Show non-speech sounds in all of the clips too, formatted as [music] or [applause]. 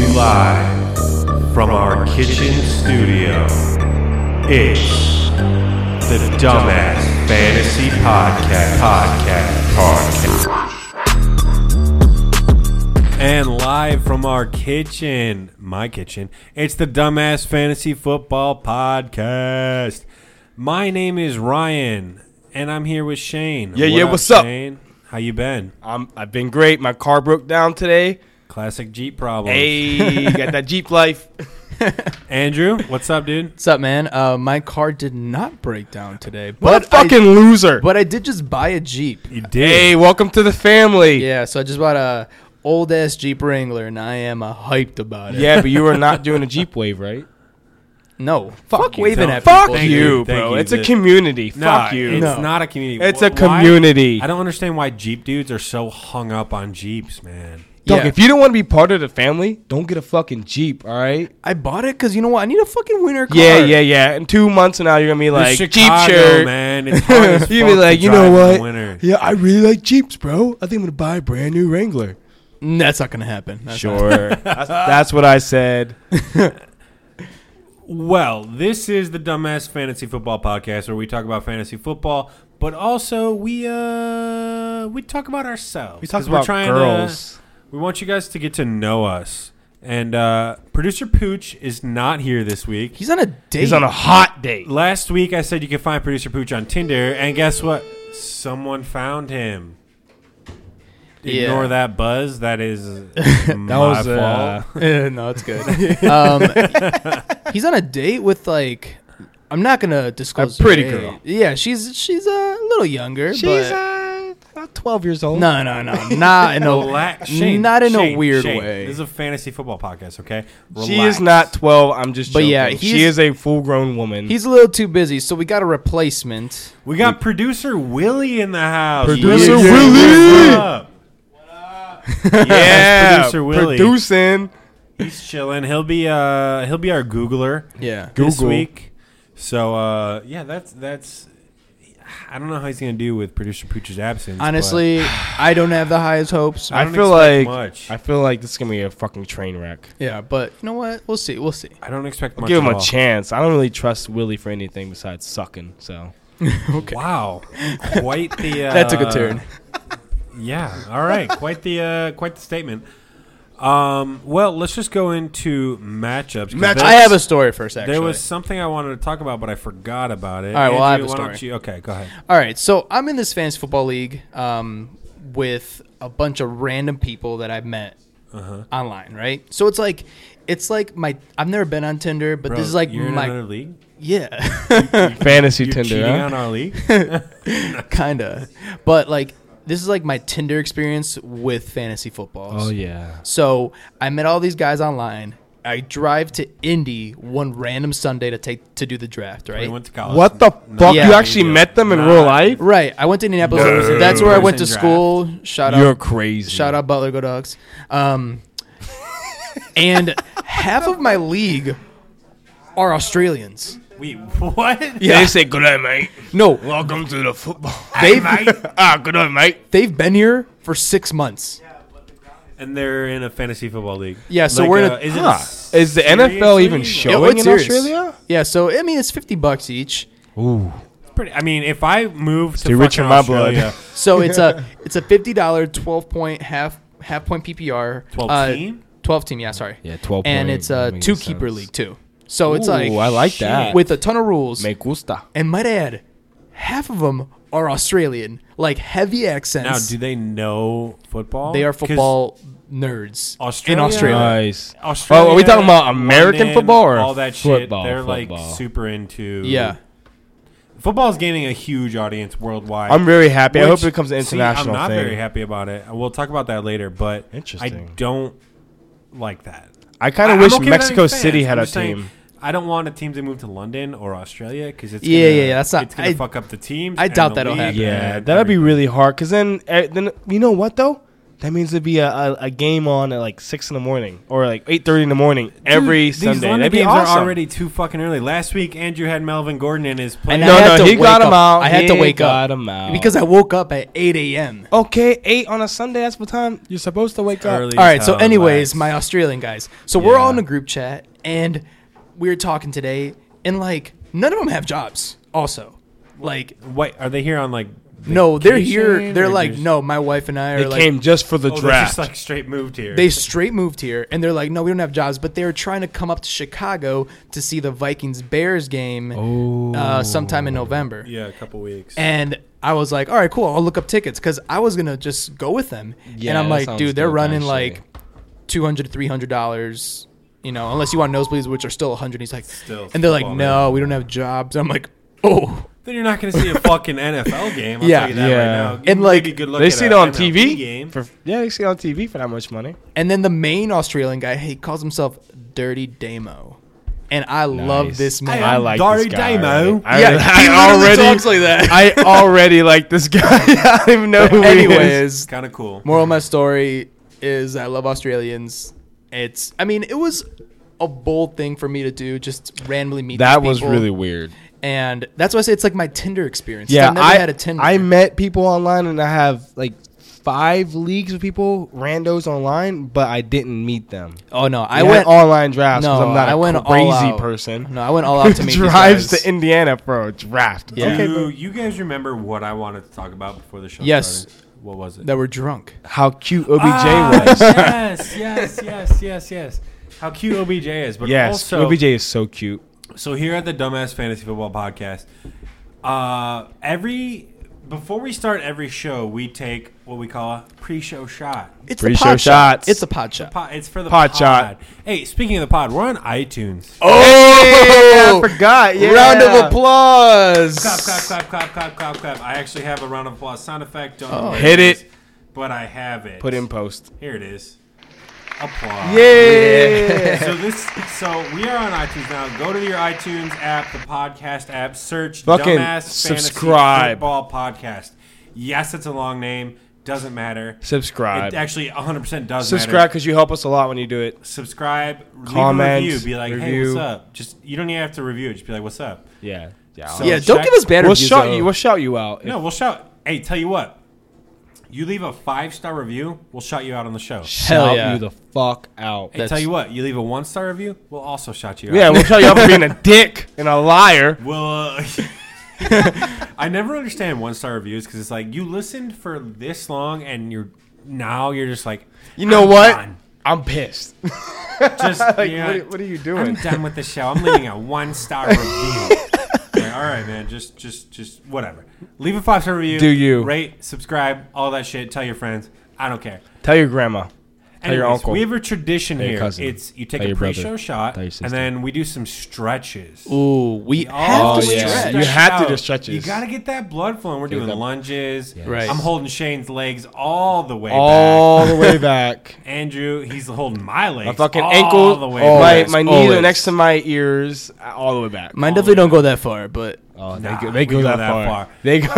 Live from our kitchen studio, it's the Dumbass Fantasy Podcast. Podcast. Podcast. And live from our kitchen, my kitchen, it's the Dumbass Fantasy Football Podcast. My name is Ryan, and I'm here with Shane. Yeah, yeah, what's up? Shane? How you been? I'm, I've been great. My car broke down today. Classic Jeep problems. Hey, got that Jeep [laughs] life. Andrew, what's up, dude? What's up, man? Uh, my car did not break down today, What but a fucking I, loser. but I did just buy a Jeep. You did. hey, welcome to the family. Yeah, so I just bought a old ass Jeep Wrangler, and I am uh, hyped about it. Yeah, but you were not doing a Jeep wave, right? no, fuck, you, waving don't. [laughs] at Fuck people. Thank you, you, thank bro. you. It's a The- community. No, Fuck you. It's No. not a community. It's Wh- a community. I don't understand why Jeep dudes are so hung up on Jeeps, man. Yeah. Dog, if you don't want to be part of the family, don't get a fucking Jeep, all right? I bought it because you know what? I need a fucking winter car. Yeah, yeah, yeah. In two months from now, you're going to be This like, Chicago, Jeep shirt. man. It's [laughs] hard as you fuck to be like, you drive know in the what? winter. Yeah, I really like Jeeps, bro. I think I'm going to buy a brand new Wrangler. Mm, that's not gonna happen. That's not- Sure. [laughs] that's, that's what I said. Well, this is the dumbass fantasy football podcast where we talk about fantasy football, but also we uh we talk about ourselves. We talked 'Cause we're about trying to- girls. we want you guys to get to know us. And uh, producer Pooch is not here this week. He's on a date. He's on a hot date. Last week I said you could find producer Pooch on Tinder, and guess what? Someone found him. Yeah. Ignore that buzz. That is that my was, fault. uh, Eh, [laughs] no, [laughs] it's good. um, he's on a date with like. I'm not gonna disclose. her pretty age. girl. Yeah, she's she's a little younger. but uh, about 12 years old. no, no, [laughs] no, not in a Relax, Shane, not in Shane, a weird Shane. way. This is a fantasy football podcast, okay? She Relax. is not 12. I'm just But joking. yeah, she he's- is a full grown woman. He's a little too busy, so we got a replacement. We got producer Willie in the house. Producer Willie, Willie! what's up? [laughs] yeah, [laughs] producer Willie. Producing. He's chilling. He'll be uh he'll be our Googler Yeah. this Google. week. So uh yeah, that's that's. I don't know how he's gonna do with producer Pooch's absence. but [sighs] Honestly, I don't have the highest hopes. I, don't feel expect like much. I feel like this is gonna be a fucking train wreck. yeah, but you know what? We'll see. We'll see. I don't expect much. Give him at a all. chance. I don't really trust Willie for anything besides sucking. So Wow, quite [laughs] the. Uh, That took a turn. Yeah. All right. quite the uh, quite the statement. Um, well, let's just go into matchups. 'cause Match- there- I have a story first, actually. There was something I wanted to talk about, but I forgot about it. All right, well, I Andrew, have a why don't story. you- okay, go ahead. All right, so I'm in this fantasy football league um, with a bunch of random people that I've met Uh-huh. online, right? So it's like, it's like my. I've never been on Tinder, but Bro, this is like you're in my. another league. yeah. [laughs] fantasy You're Tinder. cheating huh? on our league. kinda. But like this is like my Tinder experience with fantasy football. Oh yeah. So I met all these guys online. I drive to Indy one random Sunday to take to do the draft, we right? Oh, went to college. What the No, fuck? Yeah. you actually do. met them in Nah. real life? right. I went to Indianapolis. That's where I went to Person draft. school. Shout You're out crazy. shout out Butler Go Dogs. Um and half of my league are Australians. Wait, [laughs] what? They say good night, mate. No, Welcome to the football. they've [laughs] ah, good night, mate. they've been here for six months. And they're in a fantasy football league. Yeah, so we're in uh, a- is, it Huh. s- Is the serious NFL even league? showing- Yeah, Going it's in serious. Australia? Yeah, so I mean it's fifty bucks each. Ooh. Pretty- I mean, if I moved to too rich fucking for my blood. [laughs] Australia, So it's a it's a fifty dollar twelve point half half point PPR. 12 uh, team? Twelve team, yeah, sorry. Yeah, 12 And point, it's that a makes two keeper sense. league too. So it's like Ooh, I like that. with a ton of rules. Me gusta. and might add, half of them are Australian, like heavy now accents. do they know football? they are 'Cause football nerds Australia- in Australia. Nice. Australia, Oh, are we talking about American London, football or all that shit? football, They're football? like super into. yeah, football's gaining a huge audience worldwide. I'm very happy. I Which- hope it becomes an see, international I'm not thing. very happy about it. We'll talk about that later, but Interesting. I don't like that. I kind I'm of wish okay with Mexico having fans. City had I'm a just saying, team. I don't want a team to move to London or Australia because it's Yeah, gonna, yeah, yeah, that's not- it's gonna I- fuck up the teams. I and doubt the that'll league happen. and Yeah, that'd be everything. really hard. Cause then, eh, then you know what though? That means there'd be a, a, a game on at like six in the morning or like eight thirty in the morning every Dude, Sunday. These London That'd be games awesome. are already too fucking early. Last week, Andrew had Melvin Gordon in his play. And No, I no, had to he wake got 'em up- out. I had to He wake got up 'em out. because I woke up at 8 a.m. okay, eight on a Sunday. That's what time you're supposed to wake Early. up. All right. as So, hell, anyways, lads. my Australian guys. So we're all Yeah. in a group chat, and we were talking today, and like none of them have jobs. Also, like Wait, are they here on like? oh, no, they're here. vacation They're or like, just- no, my wife and I are They like. came just for the Oh, they draft. just like straight moved here. they straight moved here and they're like, no, we don't have jobs, but they're trying to come up to Chicago to see the Vikings Bears game uh, sometime in November. yeah, a couple weeks. And I was like, all right, cool. I'll look up tickets because I was going to just go with them. and Yeah, I'm that like, sounds dude, they're dope, running actually. like 200 $300, you know, unless you want nosebleeds, which are still 100 He's like, Still and they're like, football, no, we don't have jobs. I'm like, oh, then you're not going to see a fucking NFL game. I'll Yeah. tell you that Yeah. right now. And, like, maybe good luck They at see a it on MLB TV. game. For, yeah, they see it on TV for that much money. And then the main Australian guy, he calls himself Dirty Damo. And I love Nice. this man. [laughs] I like Dari this guy. Damo. I, Yeah, he I [laughs] literally already talks like that. I already like this guy. [laughs] I don't even know who he is. Anyways, kind of cool. moral of my story is I love Australians. It's, I mean, it was a bold thing for me to do, just randomly meet. That these was people. really weird. and that's why I say it's like my Tinder experience. Yeah, I've never I had a Tinder. I met people online, and I have like five leagues of people, randos online, but I didn't meet them. oh no, I I went went online drafts because No, I'm not I a went all crazy out. person. No, I went all out [laughs] to meet these drives guys. to Indiana for a draft. Yeah. Do Okay, bro. you guys remember what I wanted to talk about before the show Yes. started? What was it? that were drunk. How cute OBJ Ah, was. [laughs] yes, yes, yes, yes, yes. How cute OBJ is, but Yes, also OBJ is so cute. so here at the Dumbass Fantasy Football Podcast, uh, every before we start every show, we take what we call a pre-show shot. It's Free a show pod shot. shots. It's a pod shot. Po- It's for the Pod shot. Hey, speaking of the pod, we're on iTunes. Oh, I forgot. Yeah. Round of applause. Clap, clap, clap, clap, clap, clap, clap. I actually have a round of applause sound effect. Don't know where Oh. Hit is, it. But I have it. Put in post. Here it is. Applause. Yeah. [laughs] so this so we are on iTunes now. Go to your iTunes app, the podcast app, search Fucking dumbass fantasy subscribe. football podcast. Yes, it's a long name. Doesn't matter. subscribe. It actually 100% does subscribe matter. because you help us a lot when you do it. Subscribe. Comment, Leave a review. Be like, hey, review. what's up? Just you don't even have to review it. Just be like, what's up? Yeah. Yeah. So- Yeah, don't Check. give us bad we'll reviews. shout though. you. We'll shout you out. No, we'll shout. Hey, tell you what. You leave a five star review, we'll shout you out on the show. Hell shout yeah. you the fuck out. Hey, tell you what, you leave a one star review, we'll also shout you out. Yeah, we'll shout you out for [laughs] being a dick and a liar. Well, uh, [laughs] I never understand one star reviews because it's like you listened for this long and you're now you're just like You know I'm what? done. I'm pissed. [laughs] Just you're what, like, what are you I'm doing? done with the show. I'm leaving a one star review. [laughs] Like, all right, man. Just just just whatever. Leave a five star review. Do you. rate, subscribe, all that shit. Tell your friends. I don't care. Tell your grandma. Tell your Anyways, uncle. We have a tradition your here. cousin. It's you take Tell a your brother. pre-show shot, Tell your and sister. then we do some stretches. Ooh, we Oh, have to yeah. stretch. You have to out. do stretches. You gotta get that blood flowing. We're doing that- lunges. Right. I'm holding Shane's legs all the way back. all the [laughs] way back. Andrew, he's holding my legs. My fucking all ankle, the way my, back. my knees are Always. next to my ears, uh, all the way back. Mine definitely don't go that far, but Nah, oh, they go, they we go go that, that far. far. They go.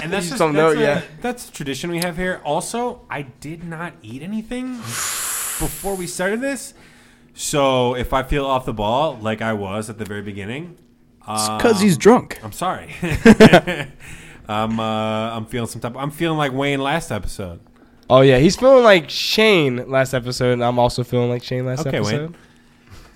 [laughs] and that's you just don't that's a- know, yeah. that's a tradition we have here. Also, I did not eat anything [sighs] before we started this. So if I feel off the ball like I was at the very beginning, Ah. because he's drunk. I'm sorry. [laughs] [laughs] I'm uh, I'm feeling some type. I'm feeling like Wayne last episode. oh yeah, he's feeling like Shane last episode, and I'm also feeling like Shane last Okay, episode.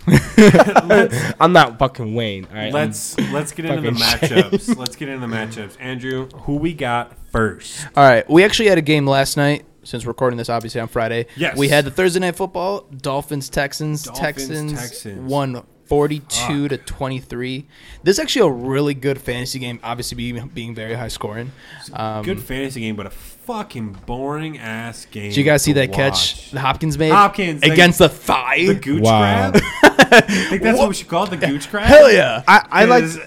Wayne. [laughs] [laughs] I'm not fucking Wayne. All right, I'm- Let's let's get into the fucking [laughs] matchups. Let's get into the matchups. Andrew, who we got first? All right, we actually had a game last night. Since we're recording this, obviously on Friday, Yes. we had the Thursday night football. Dolphins Texans Dolphins, Texans, Texans. won forty-two to twenty-three. This is actually a really good fantasy game. Obviously, being, being very high scoring. Um, Good fantasy game, but a fucking boring ass game. Did you guys see to that catch watch. [laughs] that Hopkins made Hopkins, they- against the thigh? The gooch [laughs] Wow. grab. I think that's what we should call it, the gooch grab. Hell yeah! I, I like. Is-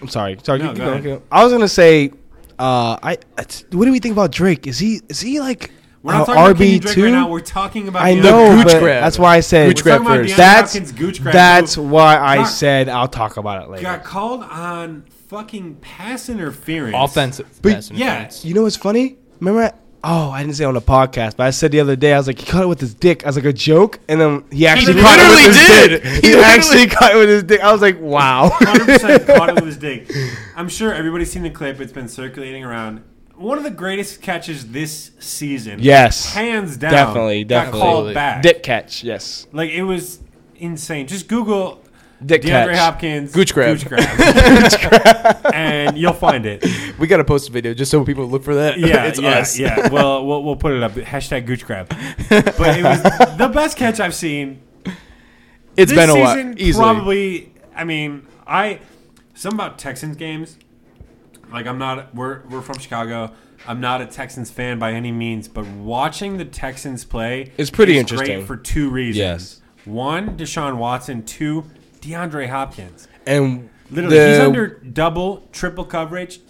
I'm sorry. Sorry. No, keep- go keep going, ahead. keep going. I was gonna say, uh, I. it's- What do we think about Drake? Is he is he like We're not uh, talking about Kenny RB Drake two? right now. We're talking about I the know, other guy. Gooch but grab. that's why I said Gooch grab We're talking first. about DeAndre That's Hopkins' gooch grab that's move. why I Not- said I'll talk about it later. Got called on fucking pass interference. Offensive, But- pass yeah. interference. You know what's funny? Remember Oh, I didn't say it on the podcast, but I said the other day, I was like, he caught it with his dick. I was like, a joke? And then he actually caught it with his literally did. dick. He He, literally- actually caught it with his dick. I was [laughs] like, wow. 100% caught it with his dick. I'm sure everybody's seen the clip. It's been circulating around. One of the greatest catches this season. Yes. Hands down. Definitely, definitely. Got called back. Dick catch, yes. Like, it was insane. Just Google Dick DeAndre catch. Hopkins. Gooch grab. Gooch [laughs] grab. and you'll find it. We gotta post a video just so people look for that. Yeah, [laughs] it's yeah, us. yeah. Well, well, we'll put it up. Hashtag Gooch grab. But it [laughs] was the best catch I've seen this It's been a season while. Easily. probably. I mean, I some about Texans games. Like I'm not. We're we're from Chicago. I'm not a Texans fan by any means, but watching the Texans play It's pretty is interesting. Great for two reasons. Yes. One, Deshaun Watson. Two, DeAndre Hopkins. And Literally, the- he's under double, triple coverage.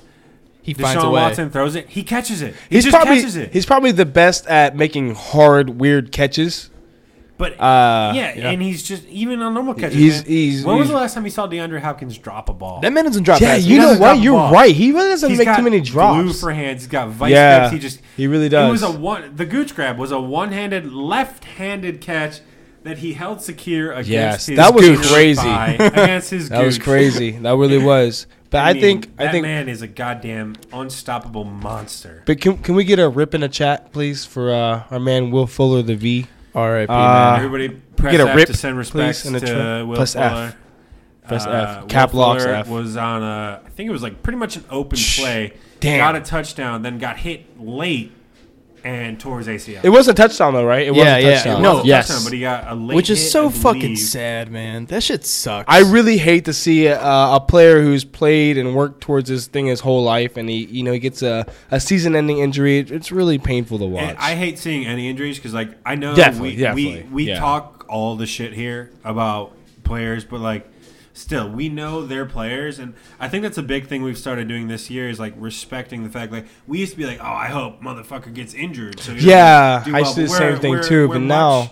He finds a Deshaun way. Watson throws it. He catches it. He He's just probably catches it. he's probably the best at making hard, weird catches. But Uh, yeah, yeah. and he's just even on normal catches. He's- man. he's- when was he's- the last time you saw DeAndre Hopkins drop a ball? That man doesn't drop Yeah, passes. you know doesn't drop what? the You're ball. right. He really doesn't He's make got too many Glue drops. for hands. He's got vice Yeah, grips. He just he really It was does. a one. The gooch grab was a one-handed, left-handed catch that he held secure against Yes, his. that was gooch crazy. [laughs] thigh, against his. That was gooch. crazy. [laughs] That really was. But I, mean, think I that think. man is a goddamn unstoppable monster. But can can we get a rip in the chat, please, for uh, our man Will Fuller, the V? R.I.P. Uh, man. Everybody, press get a F rip, to send please, respects and a to tr- Will press F. Fuller. Press Uh, F. Cap Will locks Fuller F. was on a. I think it was like pretty much an open play. Damn. Got a touchdown, then got hit late and tore his ACL. It was a touchdown though, right? It Yeah, was yeah, a it touchdown. It No, was a yes. touchdown, but he got a late Which is hit, so I fucking believe. sad, man. That shit sucks. I really hate to see uh, a player who's played and worked towards this thing his whole life, and he, you know, he gets a, a season-ending injury. It- It's really painful to watch. And I hate seeing any injuries because, like, I know Definitely, we definitely, we, we yeah. talk all the shit here about players, but like, still, we know they're players, and I think that's a big thing we've started doing this year is like respecting the fact. Like, we used to be like, "Oh, I hope motherfucker gets injured." So he doesn't Yeah, do I well." see the But same we're- thing we're- too, we're but much- now-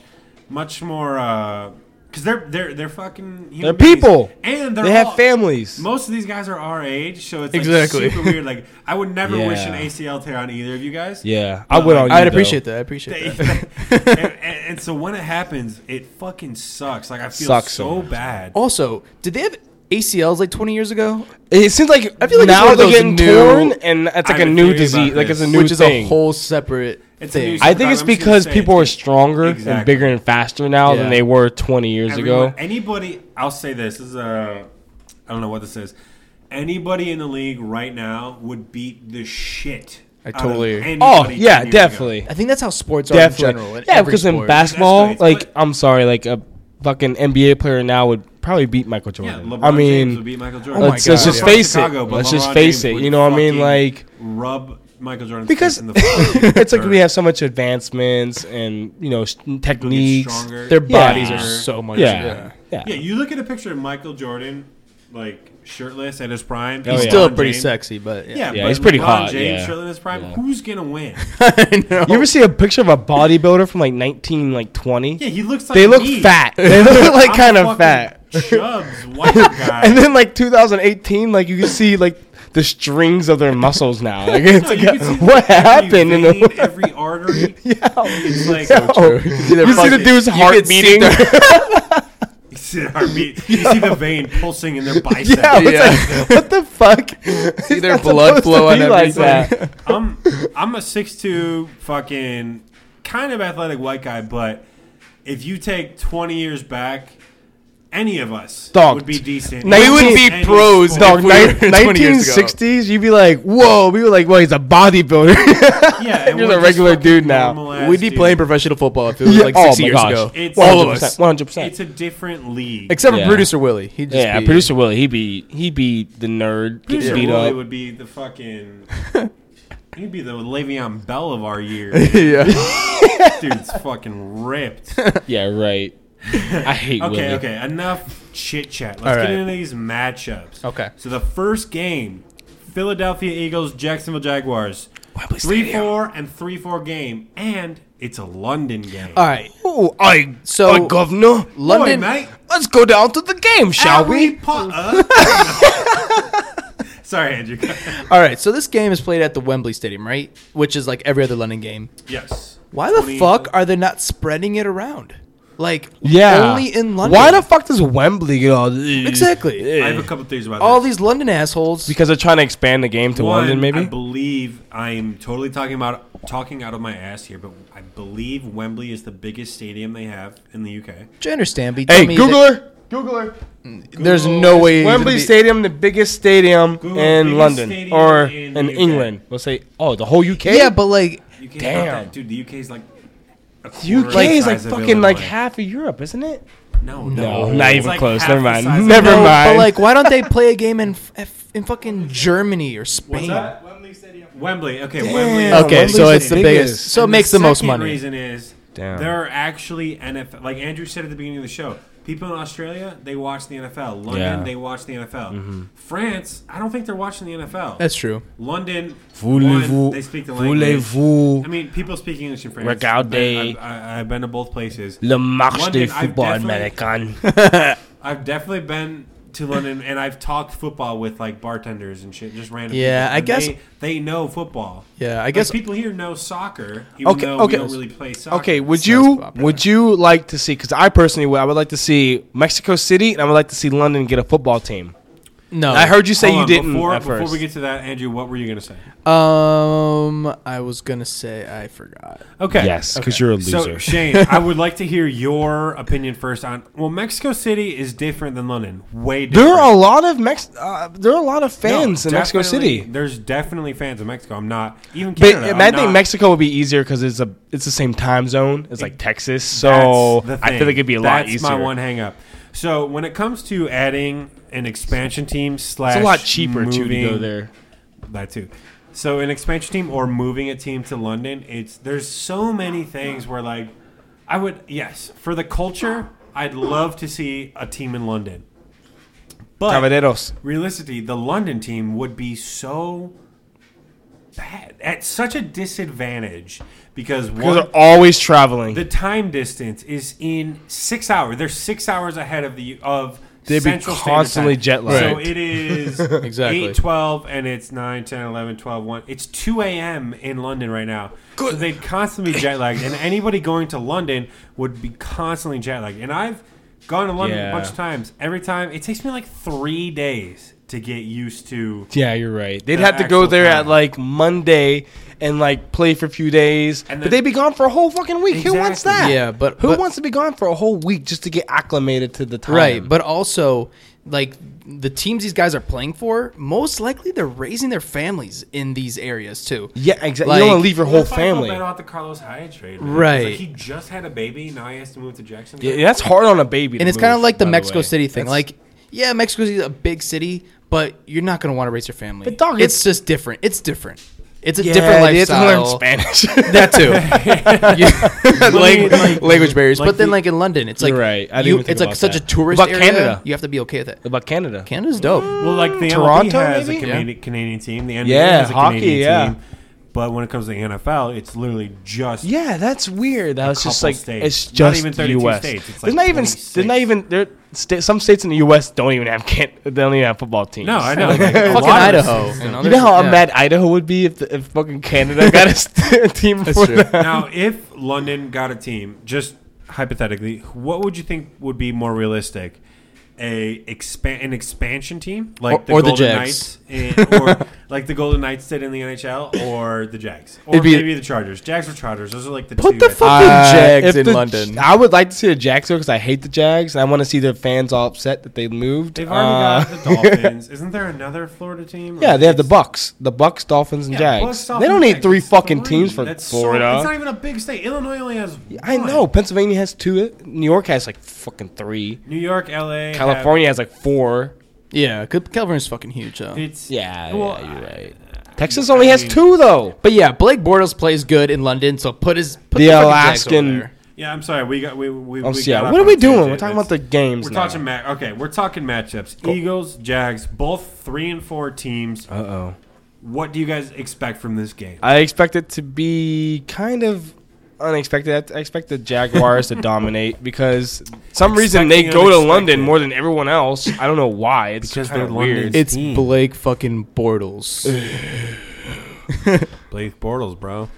much more. uh because they're they're they're fucking human They're beings. people. and they're they have all- families. Most of these guys are our age, so it's like Exactly. super weird. Like I would never wish [laughs] Yeah. an ACL tear on either of you guys. yeah, I would. on like- you, I'd though. appreciate that. I [laughs] appreciate that. and, and, and so when it happens, it fucking sucks. Like I feel Sucks so Oh, so bad. [laughs] Also, did they have ACLs like 20 years ago? It seems like I feel like it's one now of they're those getting new- torn, and it's I like a have a new theory disease. about Like it's a this. new Which is thing. a whole separate It's a thing. new- I think it's I'm just gonna because say people it. are stronger and Exactly. bigger and faster now Yeah. than they were 20 years Everyone, ago. anybody, I'll say this, this is a, I don't know what this is. Anybody in the league right now would beat the shit. I out of totally- Oh anybody 10 yeah, years definitely, I think that's how sports are in definitely. general. in yeah, every because in sport. basketball, That's great, like but- I'm sorry, like a fucking NBA player now would probably beat Michael ago. Yeah, Jordan. LeBron I mean, James would beat Michael Jordan. Oh my let's, let's God, just yeah. face Chicago, it. but Let's just LeBron face James it. would You know what I mean? fucking Like rub Michael Jordan because in the fucking [laughs] it's like dirt. we have so much advancements and you know s- techniques. stronger. Their Yeah. bodies are so much. Yeah, yeah. Yeah, you look at a picture of Michael Jordan, like shirtless at his prime. Oh, He's yeah. still LeBron pretty James. sexy, but Yeah, Yeah, but he's pretty LeBron hot, James yeah. shirtless in his prime. Yeah. Who's gonna win? I know. You ever see a picture of a bodybuilder from like 19, like 20? [laughs] Yeah, he looks like They look me. fat. [laughs] They look like I'm kind fucking of fat. [laughs] Chubs, white guy. And then like 2018, like you can see like the strings of their muscles now. Like, it's No, you like, can see, what like, every happened in vein, the every artery. [laughs] yeah. It's like [laughs] [laughs] Yo, Oh, you see the dude's heart beating. [laughs] you see, our meat, you see the vein pulsing in their bicep. [laughs] yeah, it's Yeah. like, what the [laughs] fuck? See their blood flow on like It's like, [laughs] that. I'm I'm a six two fucking kind of athletic white guy, but if you take twenty years back, any of us Dog. would be decent. We would be Any pros, sport. Dog, we were nine- 20 years ago. 1960s, you'd be like, whoa. We were like, well, he's a bodybuilder. [laughs] Yeah, and You're we're a just regular fucking dude now. normal-ass We'd be dudes. playing professional football if it was Yeah. like Oh six my years gosh. ago. It's- All of us. 100%. It's a different league. Except Yeah. for producer Willie. He'd just yeah, be- producer Willie, he be he be the nerd, gets Producer beat Willie up. would be the fucking. He'd be the Le'Veon Bell of our [laughs] year. [laughs] [laughs] yeah. Dude's fucking ripped. Yeah, right. I hate Willie. Okay, okay. Enough chit chat. All Let's right. get into these matchups. Okay. So the first game, Philadelphia Eagles, Jacksonville Jaguars. Three four and three four game, and it's a London game. All right. Oh, I So- so governor. Boy, mate, [laughs] Let's go down to the game, shall Harry we? Potter. Uh? Sorry, Andrew. [laughs] All right, so this game is played at the Wembley Stadium, right? Which is like every other London game. yes. Why the 20 fuck are they not spreading it around? Like, Yeah. only in London. Why the fuck does Wembley get all eh, Exactly. I have a couple things about all this. these London assholes? Because they're trying to expand the game to One, London, maybe. I believe I am totally talking about talking out of my ass here, but I believe Wembley is the biggest stadium they have in the UK. Do you understand? But you hey, tell me that Googler, Googler. There's no Wembley way. Wembley Stadium. Stadium, the biggest stadium Google in biggest London stadium or in in, the UK. England. We'll say, oh, the whole UK. Yeah, but like, UK 's not Damn. that- dude, the UK is like a the UK quarter the is like size of fucking like Illinois. half of Europe, isn't it? no, No, not It's even like close. half Never the mind. size of Never Illinois. no, oh, but mind. like, why don't [laughs] they play a game in f- in fucking Germany or What's Spain? that? Wembley Stadium. Wembley. Okay, Damn. Wembley. Yeah, Okay, Wembley's so the it's the biggest. biggest. So it And makes the, most second money. Reason is Damn. there are actually NFL. Like Andrew said at the beginning of the show, people in Australia they watch the NFL. London Yeah. they watch the NFL. France, I don't think they're watching the NFL. Mm-hmm. That's true. London. Voulez-vous- One, they speak the language. Voulez-vous I mean, people speak English in France. Regardez. I've, been- I- I- I've been to both places. le marché London, du I've football definitely- [laughs] américain? I've definitely been to London, and I've talked football with like bartenders and shit, just random. Yeah, people, I and guess- they, they know football. Yeah, I Like, guess. people here know soccer, even Okay, though okay. we don't really play soccer. [laughs] Okay, would Sounds you popular. would you like to see? Because I personally would. I would like to see Mexico City, and I would like to see London get a football team. No, I heard you say Hold you on, didn't Before, Oh. at first. before we get to that, Andrew, what were you going to say? Um, I was gonna say I forgot. Okay. yes, because you're a So loser. [laughs] Shane, I would like to hear your opinion first on. Well, Mexico City is different than London. Way different. there are a lot of Mex. Uh, there are a lot of fans No, in Mexico definitely- City. There's definitely fans in Mexico. I'm not even But Canada. I'm I think not- Mexico would be easier because it's a it's the same time zone. It's like Texas, so That's the I feel thing. like it'd be a lot That's easier. my one hang up. So when it comes to adding an expansion team slash It's a lot cheaper too to go moving- there. That too. So an expansion team or moving a team to London, it's there's so many things where like I would yes, for the culture, I'd love to see a team in London. But Caballeros. realistically, the London team would be so bad at such a disadvantage because Because one they're always traveling. the time distance is in six hours. They're six hours ahead of the of They'd be Central Standard constantly Time. jet lagged. So it [laughs] is Exactly. eight twelve, and it's 9, 10, 11, 12, 1. It's two a.m. in London right now. So they'd constantly be jet lagged, and anybody going to London would be constantly jet lagged. And I've gone to London Yeah. a bunch of times. Every time it takes me like three days to get used to. Yeah, you're right. They'd The have to go actual there at time. like Monday and like play for a few days, And but then- they'd be gone for a whole fucking week. Who wants Exactly. that? Yeah, but- who but- wants to be gone for a whole week just to get acclimated to the time? Right, but also like the teams these guys are playing for, most likely they're raising their families in these areas too. yeah, exactly. Like- you don't want to leave your whole What if I felt family. bad Yeah, about the Carlos Hyde trade. man? It's Right. like he just had a baby. Now he has to move to Jackson. [laughs] yeah, that's hard on a baby. to And it's move, kind of like the by Mexico way. City thing. That's- like, yeah, Mexico City's a big city, but you're not going to want to raise your family. But dog, it's, it's- just different. It's different. It's a yeah, different they have to lifestyle. learn Spanish. [laughs] That too. [laughs] You- Like- lang- language barriers. like but then, the- like in London, it's like You're right. I didn't you- even think it's like about such a that. tourist About area. Canada? You have to be okay with it. about Canada. Canada's dope. Well, like the MLB Toronto, has maybe? a Canadian, Canadian team. The NBA Yeah, has a hockey, Canadian yeah. team. But when it comes to the NFL, it's literally just Yeah, that's weird. That was just couple like states. it's Not just even the 32 U.S. states. It's like there's not even 26. there's not even there sta- some states in the U.S. don't even have can they don't even have football teams. No, I [laughs] know. Like, a Fucking lot of Idaho. cities don't. and You others- know how yeah. mad Idaho would be if, the, if fucking Canada got a st- [laughs] team for true. that. now, if London got a team, just hypothetically, what would you think would be more realistic? A expan- an expansion team like Or- or the Golden Jags. Knights, in, [laughs] or like the Golden Knights did in the NHL, or the Jags, or It'd be- maybe the Chargers. Jags or Chargers, those are like the Put two. the I think. fucking Jags if in the- London. I would like to see the Jags though because I hate the Jags. I want to see their fans all upset that they moved. Uh, They've already [laughs] got the Dolphins. Isn't there another Florida team? Yeah, they have the Bucks. Bucks, the Bucks, Dolphins, and Yeah, Jags. Bucks, They don't Dolphins, need Jags. three It's fucking three. teams for That's so- Florida. it's not even a big state. Illinois only has. I one. know Pennsylvania has two. New York has like fucking three. New York, L.A., California has like four. Yeah, Calvin's fucking huge though. have- it's Yeah, Well, yeah, you're right. Texas only has mean- two though. But yeah, Blake Bortles plays good in London, so put his put The fucking Jags over Alaskan- there. Yeah, I'm sorry. We got we we. Oh, we yeah. got off What are on we a doing? tangent. We're talking about the It's- games. We're now. talking ma- okay. We're talking matchups. Eagles, Jags, both three and four teams. Uh oh. What do you guys expect from this game? I expect it to be kind of unexpected. I expect the [laughs] Jaguars to dominate because some reason they Expecting go to London unexpected. more than everyone else. I don't know why. It's Because because they're they're weird. London. It's team. Blake fucking Bortles. Blake Bortles, bro.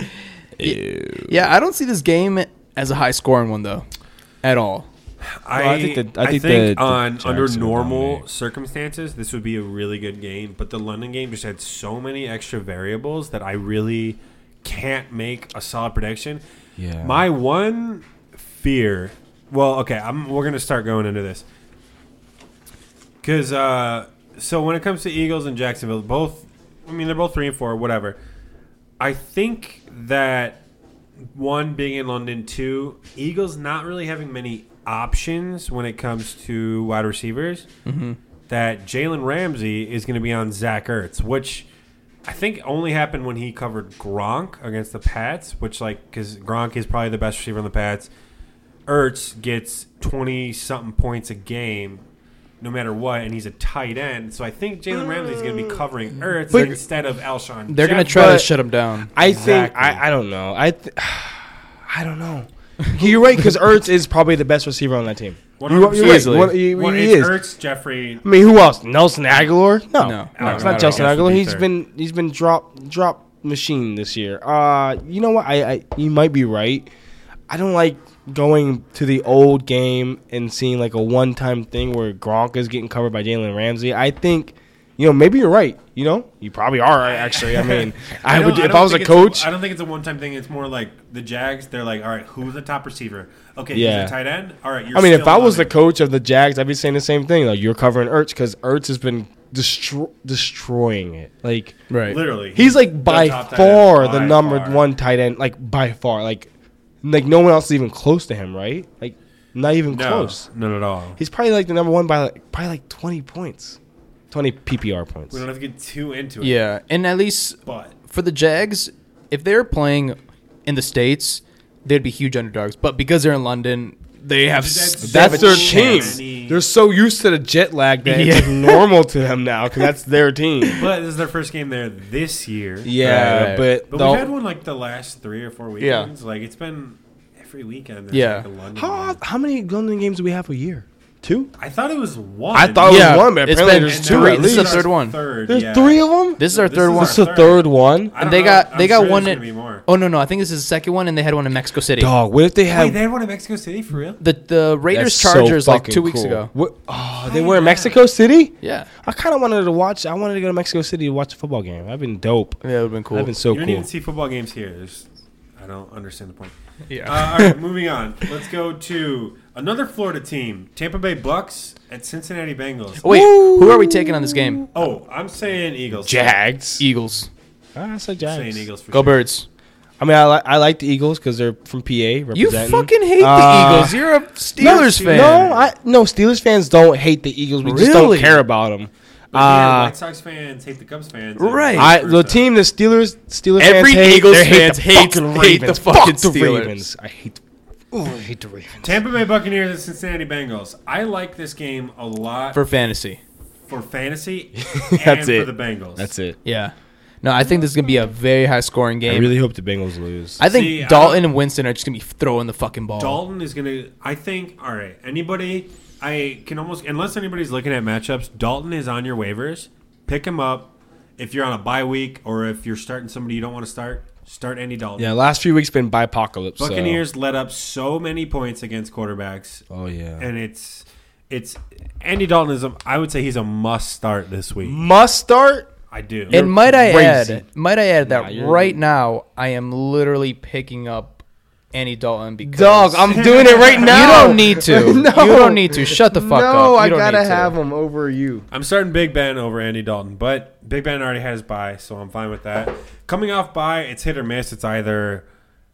yeah, I don't see this game as a high scoring one though, at all. I, I think, think the- I I think, think the- the on Jags under will normal dominate. circumstances, this would be a really good game. But the London game just had so many extra variables that I really can't make a solid prediction. Yeah. My one fear. Well, okay, I'm, we're gonna start going into this because uh, so when it comes to Eagles and Jacksonville, both. I mean, they're both three and four, whatever. I think that one being in London, two Eagles not really having many options when it comes to wide receivers. That Jalen Ramsey is going to be on Zach Ertz, which I think only happened when he covered Gronk against the Pats, which like because Gronk is probably the best receiver on the Pats. Ertz gets twenty something points a game. No matter what, and he's a tight end, so I think Jalen Ramsey is going to be covering Ertz But- instead of Alshon. Mm. They're gonna Jeffrey. try to but- shut him down. I Exactly. think I, I don't know. I th- [sighs] I don't [laughs] know. You're right because Ertz is probably the best receiver on that team. One You, hundred you're right. Easily. One- he- Well, he it's is. Ertz, Jeffrey. I mean, who else? Nelson Aguilar? No, No. it's No, no, not Nelson no. Aguilar. Yes, He's sir. been he's been drop drop machine this year. Uh, you know what? I, I you might be right. I don't like going to the old game and seeing like a one time thing where Gronk is getting covered by Jalen Ramsey. I think. You know, maybe you're right. You know, you probably are. Actually, I mean, I, don't- would if don't I was a think it's coach. I don't think it's a one-time thing. It's more like the Jags. They're like, all right, who's the top receiver? Okay, Yeah. he's a tight end. All right, you're I mean, if still I was the on it. coach of the Jags, I'd be saying the same thing. Like you're covering Ertz because Ertz has been destro- destroying it. Like Right. literally, he's like by top tight far end, the by number far. one tight end. Like by far. Like like no one else is even close to him. Right. Like not even no, close. not at all. He's probably like the number one by like, probably like twenty points, twenty PPR points. We don't have to get too into it. Yeah, and at least but for the Jags, if they're playing in the states, they'd be huge underdogs. But because they're in London, they have s- That's- they have That's a their team. chance. They're so used to the jet lag that it's like normal to them now because that's their team. but this is their first game there this year. [laughs] Yeah, Right, right. but, but the- we've had one like the last three or four Yeah. weekends. Like it's been every weekend. there's, Yeah. like, a London How, game. how many London games do we have a year? Two? I thought it was one. I thought it was Yeah, one, but it's apparently been- there's And it's two. now three. at This is least. the third one. Third, There's yeah. three of them. This is our This third is one. our This is the third one. I And don't they know. got I'm sure they got there's one gonna in. be more. Oh no no! I think this is the second one, and they had one in Mexico City. Dog, what if they had Wait, they had one in Mexico City for Oh, real? The the Raiders Chargers like two weeks ago. What, oh, they were in Mexico City. Yeah, I kind of wanted to watch. I wanted to go to Mexico City to watch a football game. I've been dope. yeah, it would have been cool. I've been so you don't cool. even see football games here. There's, I don't understand the point. yeah. Uh, all right, moving on. Let's go to another Florida team, Tampa Bay Bucks at Cincinnati Bengals. Oh, Wait, who are we taking on this game? Oh, I'm saying Eagles. Jags. Eagles. Ah, I said I'm saying Jags. Eagles for Go sure. Birds. I mean, I, li- I like the Eagles because they're from PA. You representing. fucking hate Uh, the Eagles. You're a Steelers no, fan. No, I, no, Steelers fans don't hate the Eagles. We just don't Really? care about them. But yeah, Uh, White Sox fans hate the Cubs fans. Right. vice I the versa. team the Steelers Steelers Every fans hate, Eagles they hate fans the hates- fucking hate the Ravens. fucking Fuck the Steelers. Ravens. I hate ooh, I hate the Ravens. Tampa Bay Buccaneers and Cincinnati Bengals. I like this game a lot for, for fantasy. fantasy and [laughs] That's for it. the Bengals. That's it. Yeah. No, I think this is gonna be a very high scoring I game. really hope the Bengals lose. I think See, I Dalton and Winston are just gonna be throwing the fucking ball. Dalton is gonna. I think. All right. Anybody. I can almost unless anybody's looking at matchups. Dalton is on your waivers. Pick him up if you're on a bye week or if you're starting somebody you don't want to start. Start Andy Dalton. yeah, last few weeks been bipocalypse. so- Buccaneers let up so many points against quarterbacks, Oh yeah. and it's it's Andy Dalton is. A, I would say he's a must start this week. Must start. I do. and might I crazy. add, might I add that you're- right now I am literally picking up Andy Dalton because Dog, [laughs] I'm doing it right now. you don't [laughs] need to. No. You don't need to. Shut the fuck up. No, You I don't gotta need to. have them over you. I'm starting Big Ben over Andy Dalton, but Big Ben already has bye, so I'm fine with that. Coming off bye, it's hit or miss. It's either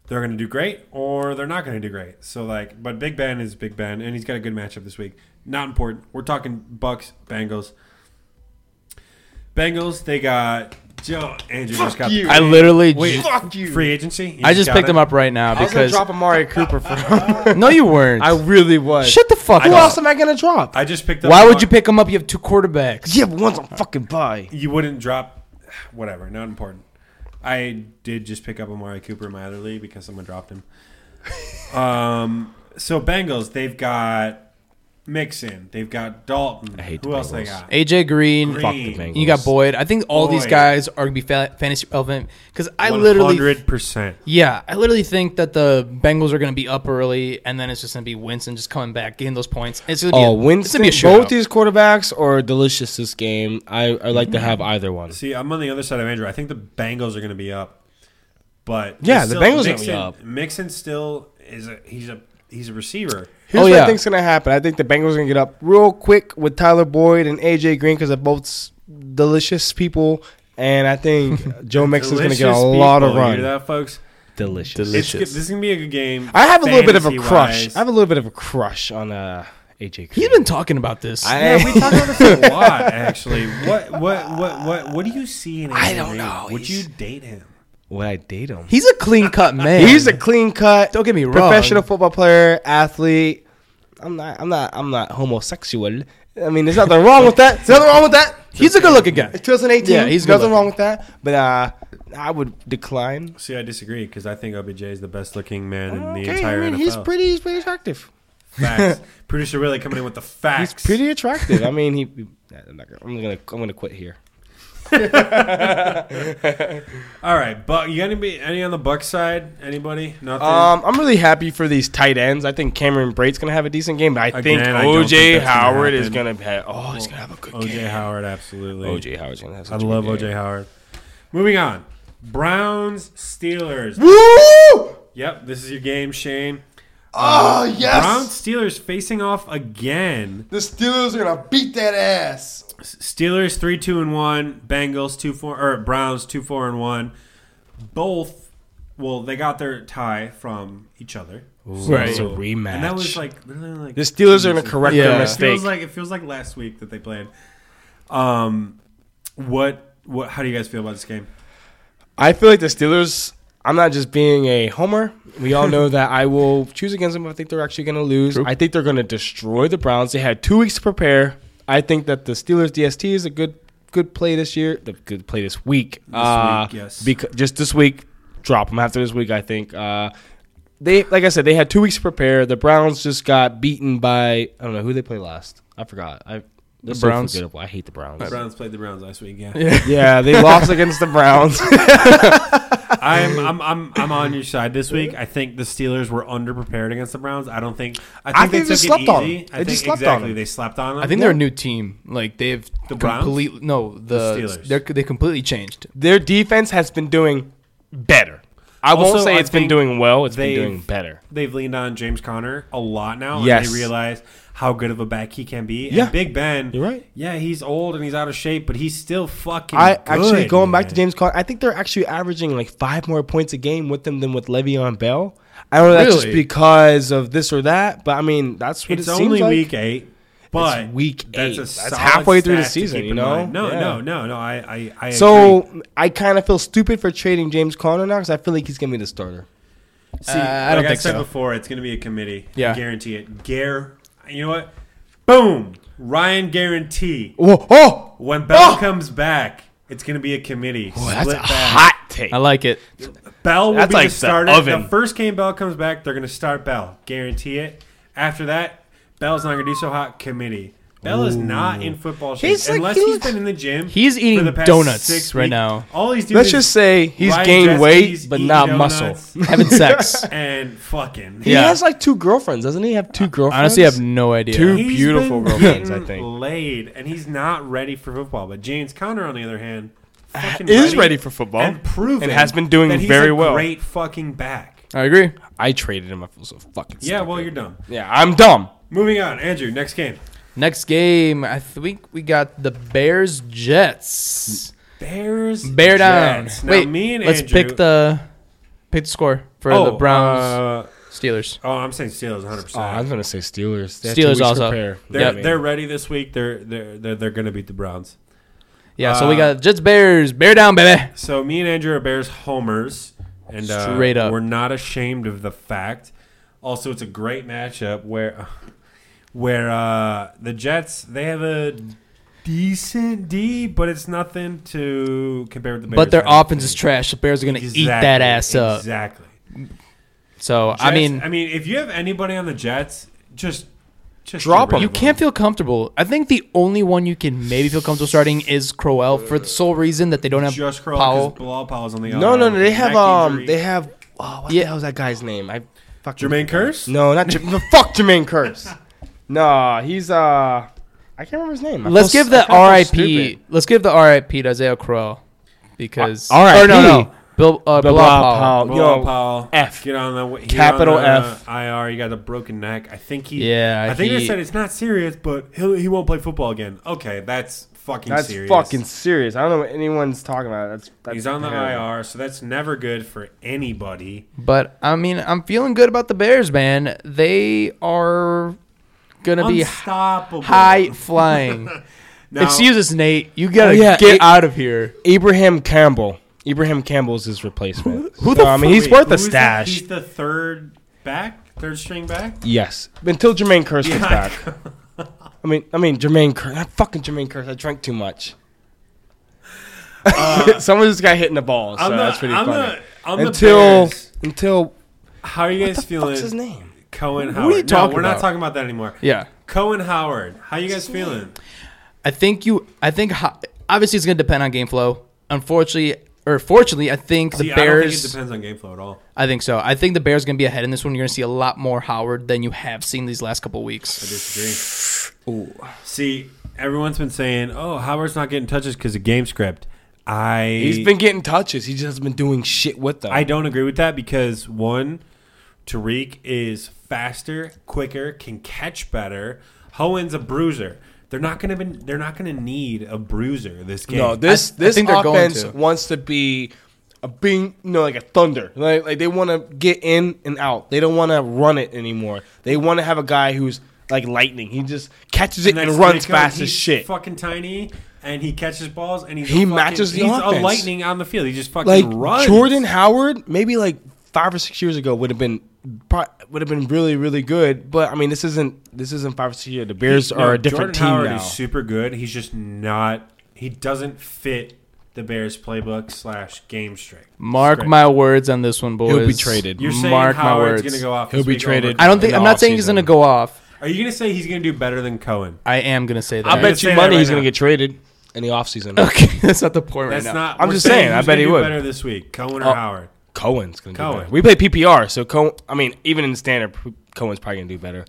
they're going to do great or they're not going to do great. So like, but Big Ben is Big Ben, and he's got a good matchup this week. Not important. We're talking Bucks, Bengals. Bengals, they got Joe Andrew just got you. I literally. ju- Fuck you. free agency. You I just got picked it? him up right now I was gonna because drop Amari Cooper for. [laughs] I no, you weren't. really was. Shut the fuck Who up. else am I gonna drop? I just picked up. Why would Amari- you pick him up? You have two quarterbacks. yeah, but one's on fucking buy. You wouldn't drop. [laughs] Whatever. Not important. I did just pick up Amari Cooper in my other league because someone dropped him. Um, So Bengals, they've got Mixon, they've got Dalton. I hate Who the else they Bengals. got? AJ Green. Green. Fuck the Bengals. You got Boyd. I think all these Boyd. guys are gonna be fa- fantasy relevant because I literally 100%. Yeah, I literally think that the Bengals are going to be up early, and then it's just going to be Winston just coming back, getting those points. It's going to be Oh, a, Winston, It's gonna be a both shootout. these quarterbacks are delicious this game. I, I like to have either one. See, I'm on the other side of Andrew. I think the Bengals are going to be up, but Yeah, the Bengals are gonna be Mixon, up. Mixon still is a he's a he's a receiver. Here's Oh, what yeah. I think's gonna happen. I think the Bengals are gonna get up real quick with Tyler Boyd and AJ Green because they're both s- delicious people, and I think Joe Mixon's gonna get a Delicious lot of people, You run. hear that, folks? Delicious. It's, good- this is gonna be a good game. I have a little bit of a crush. fantasy-wise. I have a little bit of a crush on uh, AJ. Green. He's been talking about this. I- yeah, [laughs] we talked about this a lot actually. What what what what what do you see in? I Andy don't Reid? know. Would you He's- date him? Would I date him? He's a [laughs] clean cut man. He's a clean cut. Don't get me wrong. Professional football player, athlete. I'm not. I'm not. I'm not homosexual. I mean, there's nothing wrong with that. There's nothing wrong with that. he's a good looking guy. It's 2018. Yeah, he's nothing good-looking. wrong with that. But uh, I would decline. See, I disagree because I think OBJ is the best looking man in the Okay, entire I mean, NFL. he's pretty. He's pretty attractive. [laughs] Facts. Producer really coming in with the facts. He's pretty attractive. I mean, he. [laughs] nah, I'm, not gonna, I'm gonna. I'm gonna quit here. All right, but you got any any on the Buck side? Anybody? Nothing. Um, I'm really happy for these tight ends. I think Cameron Brate's gonna have a decent game, but I think Again, I don't OJ think that's gonna Howard is happen. gonna have. Oh, he's gonna have a good game. OJ Howard, absolutely. OJ Howard's gonna have. I Such love a good OJ Howard. Moving on. Browns Steelers. Woo! Yep, this is your game, Shane. Ah, Um, Oh, yes. Browns Steelers facing off again. The Steelers are going to beat that ass. Steelers three two and one. Bengals two four or Browns two four and one. Both. Well, they got their tie from each other. Right. It's a And that was rematch. like literally like The Steelers are gonna correct Yeah. their It feels mistake. like it feels like last week that they played. Um, what what? How do you guys feel about this game? I feel like the Steelers. I'm not just being a homer. We all know that I will choose against them. I think they're actually going to lose. I think they're going to destroy the Browns. They had two weeks to prepare. I think that the Steelers DST is a good good play this year. The good play this week. This week, yes. Because just this week, drop them after this week. I think. Uh, they like I said, they had two weeks to prepare. The Browns just got beaten by I don't know who they play last. I forgot. I the Browns? I hate the Browns. The Browns played the Browns last week. Yeah, Yeah, they lost against the [laughs] Browns. [laughs] I'm, I'm I'm I'm on your side this week. I think the Steelers were underprepared against the Browns. I don't think. I think, think they they took slept on it easy. them. I They think just slept on exactly them. they slept on them. I think they're a new team. Like they've The Browns? completely no the, The Steelers. they're they completely changed. their defense has been doing better. I Also, won't say I it's been think doing well. It's been they've- doing better. they've leaned on James Conner a lot now. Yes. and they realize how good of a back he can be. Yeah. and Big Ben. You're right. Yeah, he's old and he's out of shape, but he's still fucking. I actually good, going back man. to James Conner. I think they're actually averaging like five more points a game with them than with Le'Veon Bell. I don't know that's just Really? because of this or that, but I mean that's what it's it only seems like. week eight. But week eight. a That's solid halfway through the stat to season, keep you in know? mind. No, Yeah. no, no, no. I, I, I So agree. I kind of feel stupid for trading James Conner now because I feel like he's gonna be the starter. See, Uh, I don't like I think said so. before, it's going to be a committee. Yeah. guarantee it. Gare, you know what? Boom, Ryan guarantee. Whoa, oh, When Bell Oh! comes back, it's going to be a committee. Boy, that's a Split back. hot take. I like it. Bell will That's be like the the starter. oven. The first game Bell comes back, they're going to start Bell. Guarantee it. After that, Bell's not going to do so hot. Committee. Bell is not in football shape He's like- unless he he's looks- been in the gym. He's for eating the past donuts six right weeks. now. All he's doing. Let's is just say he's Ryan gained Jeskes, weight but eat not donuts, muscle. Having sex. [laughs] And fucking. [laughs] He Yeah. has like two girlfriends, doesn't he? Have two girlfriends. Honestly, I have no idea. Two- He's Beautiful been girlfriends, I getting think. Laid, and he's not ready for football. But James Conner, on the other hand, fucking is ready for football and proven and has been doing that he's very a well. Great fucking back. I agree. I traded him. I feel so fucking. Yeah, stupid. well, you're dumb. Yeah, I'm dumb. Moving on, Andrew. Next game. Next game, I think we got the Bears Jets. Bears. Bear down. Jets. Now, Wait, me and let's Andrew, pick the pick the score for oh, the Browns uh, Steelers. oh, I'm saying Steelers 100. Oh, I was percent gonna say Steelers. They had Steelers two weeks to also. prepare. They're Yep. they're ready this week. They're they're they're, they're going to beat the Browns. Yeah, so we uh, got Jets Bears. Bear down, baby. So me and Andrew are Bears homers, and uh, Straight up. we're not ashamed of the fact. Also, it's a great matchup where, uh, where uh, the Jets they have a decent D, but it's nothing to compare with the Bears. But their have. offense is trash. The Bears are going to eat Exactly, that ass up. Exactly. So I Jets- mean, I mean, if you have anybody on the Jets, just just Drop get rid 'em. of you can't feel comfortable. I think the only one you can maybe feel comfortable starting is Crowell for the sole reason that they don't have Just curl Powell. because Bilal Powell's on the No, outer no, no. They neck have um. injury. They have. Oh, what Yeah. the hell is that guy's name? I fucking Jermaine Curse. No, not J- no, [laughs] fuck [laughs] Jermaine Curse. Nah, he's uh. I can't remember his name. I Let's feel give s- I the kinda feel RIP. stupid. Let's give the RIP to Isaiah Crowell because Uh, RIP? or no, no, Bill Blah, uh, Bilal blah, Powell. Powell. Bilal Yo, Powell. F. Get on the get Capital on the, uh, F. IR. You got a broken neck. I think he. Yeah, I think they he- said it's not serious, but he'll, he won't play football again. Okay, that's fucking That's serious. fucking serious. I don't know what anyone's talking about. That's, that's He's on the terrible. IR, so that's never good for anybody. But I mean, I'm feeling good about the Bears, man. They are gonna be Unstoppable. high flying. Now, Excuse us, Nate. You gotta Oh, yeah, get it- out of here. Ibrahim Campbell. Ibrahim Campbell's his replacement. who the So, I mean, fuck- he's wait, worth who a is the- stash. he's the third back, third string back. Yes, until Jermaine Curse gets Yeah. back. I mean, I mean Jermaine Curse. Not fucking Jermaine Curse. I drank too much. [laughs] Someone just got hit in the balls, so Uh, I'm the- that's pretty I'm funny. the- I'm the until Bears. until How are you guys feeling? what's his name? Cohen Howard. are you talking no, we're not about? talking about that anymore. Yeah, Cohen Howard. How you guys feeling? I think you. I think ho- obviously it's gonna depend on game flow. Unfortunately, or fortunately, I think the See, I don't think it Bears. depends on game flow at all. I think so. I think the Bears are gonna be ahead in this one. You're gonna see a lot more Howard than you have seen these last couple weeks. Disagree. See, everyone's been saying, "Oh, Howard's not getting touches because of game script." I He's been getting touches. He just hasn't been doing shit with them. I don't agree with that because one, Tariq is faster, quicker, can catch better. Hohen's a bruiser. They're not gonna be, they're not gonna need a bruiser this game. no, this I this think they're going offense to. wants to be a being, you know, like a thunder. Like, like they want to get in and out. They don't want to run it anymore. They want to have a guy who's like lightning. He just catches it and, that's runs Nick Cohen. fast as He's shit. Fucking tiny, and he catches balls, and he's a He fucking- matches the he's a offense. lightning on the field. He just fucking like runs. Jordan Howard, maybe like five or six years ago would have been pro- would have been really really good. But I mean, this isn't this isn't five or six years. The Bears No, are a different Jordan Howard team now. is super good. He's just not. He doesn't fit the Bears playbook slash game script. Mark Script. my words on this one, boys. He'll be traded. You're saying Mark my Howard's words. going to go off. He'll this be week traded. over- I don't think. in I'm the not saying he's offseason. gonna go off. Are you going to say he's going to do better than Cohen? I am gonna say that. I bet say you that money right he's now. gonna get traded in the offseason. [laughs] Okay, that's not the point That's right now. not. I'm we're just saying, I who's bet gonna he do would. better this week, Cohen or Oh. Howard. Cohen's gonna Cohen. do better. We play PPR, so Cohen. I mean, even in standard, P- Cohen's probably gonna do better.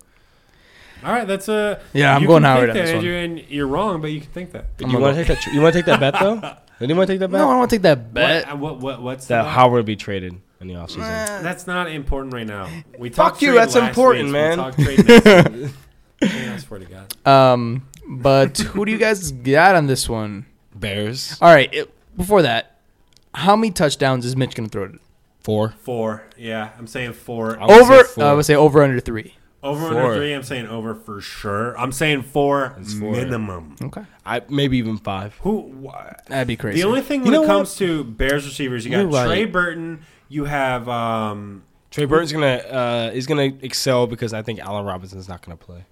All right, that's a Yeah, I'm you going can think Howard on that, this one. Andrew, and you're wrong, but you can think that. you want to take that? tr- You want to take that bet though? Did [laughs] anyone take that bet? No, I don't want to take that bet. What, what, what, what's That the- Howard would be traded in the offseason. That's not important right [laughs] now. We Fuck talked you, trade that's last important, week, man. We talked trade next [laughs] week. Man, I swear to God. Um, but [laughs] who do you guys got on this one? Bears All right, it, before that, how many touchdowns is Mitch gonna throw? four. Four. Yeah, I'm saying four. would Over, uh, say four. I would say over under three. over four. under three. I'm saying over for sure. I'm saying four, four. minimum. Okay, I maybe even five. Who? that'd be crazy. The only thing when know it what? comes to Bears receivers, you got You're right. Trey Burton. You have um, Trey Burton's gonna uh, is gonna excel because I think Allen Robinson's not gonna play.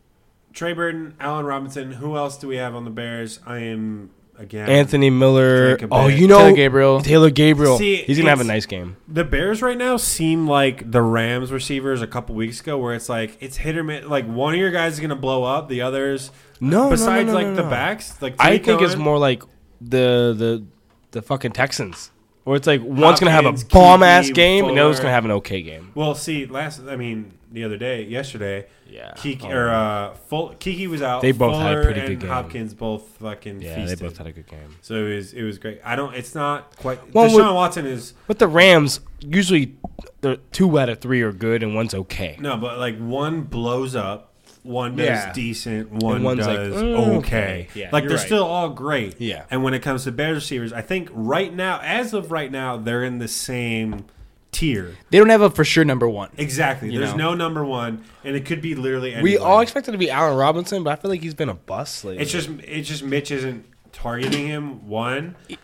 Trey Burton, Allen Robinson. Who else do we have on the Bears? I am again Anthony Miller. Jacob Oh, Bayer. you know Taylor Gabriel. Taylor Gabriel. See, He's gonna have a it's- nice game. The Bears right now seem like the Rams receivers a couple weeks ago, where it's like it's hit or miss. Like one of your guys is going to blow up, the others. No, no, besides no, no, like no, the no. backs, like I Tariq think it's Cohen, more like the the the fucking Texans, where it's like one's gonna have a Hopkins, bomb ass Kiki, game and the other's Fuller. gonna have an okay game. Well, see, last I mean, the other day, yesterday, Yeah. Kiki Oh. or uh, Full, Kiki was out. They both had a Fuller pretty good and game. Hopkins both fucking Yeah, feasted. they both had a good game. so it was it was great. I don't. It's not quite. Well, Deshaun with- Watson is But the Rams usually the two out of three are good and one's okay. no, but like one blows up. One does Yeah. decent, one one's like, does mm, okay. okay. Yeah, like you're they're right. still all great. Yeah. And when it comes to Bears receivers, I think right now, as of right now, they're in the same tier. they don't have a for sure number one. Exactly. There's know. no number one, and it could be literally. Anybody. We all expected to be Allen Robinson, but I feel like he's been a bust lately. It's just it's just Mitch isn't targeting him one, E-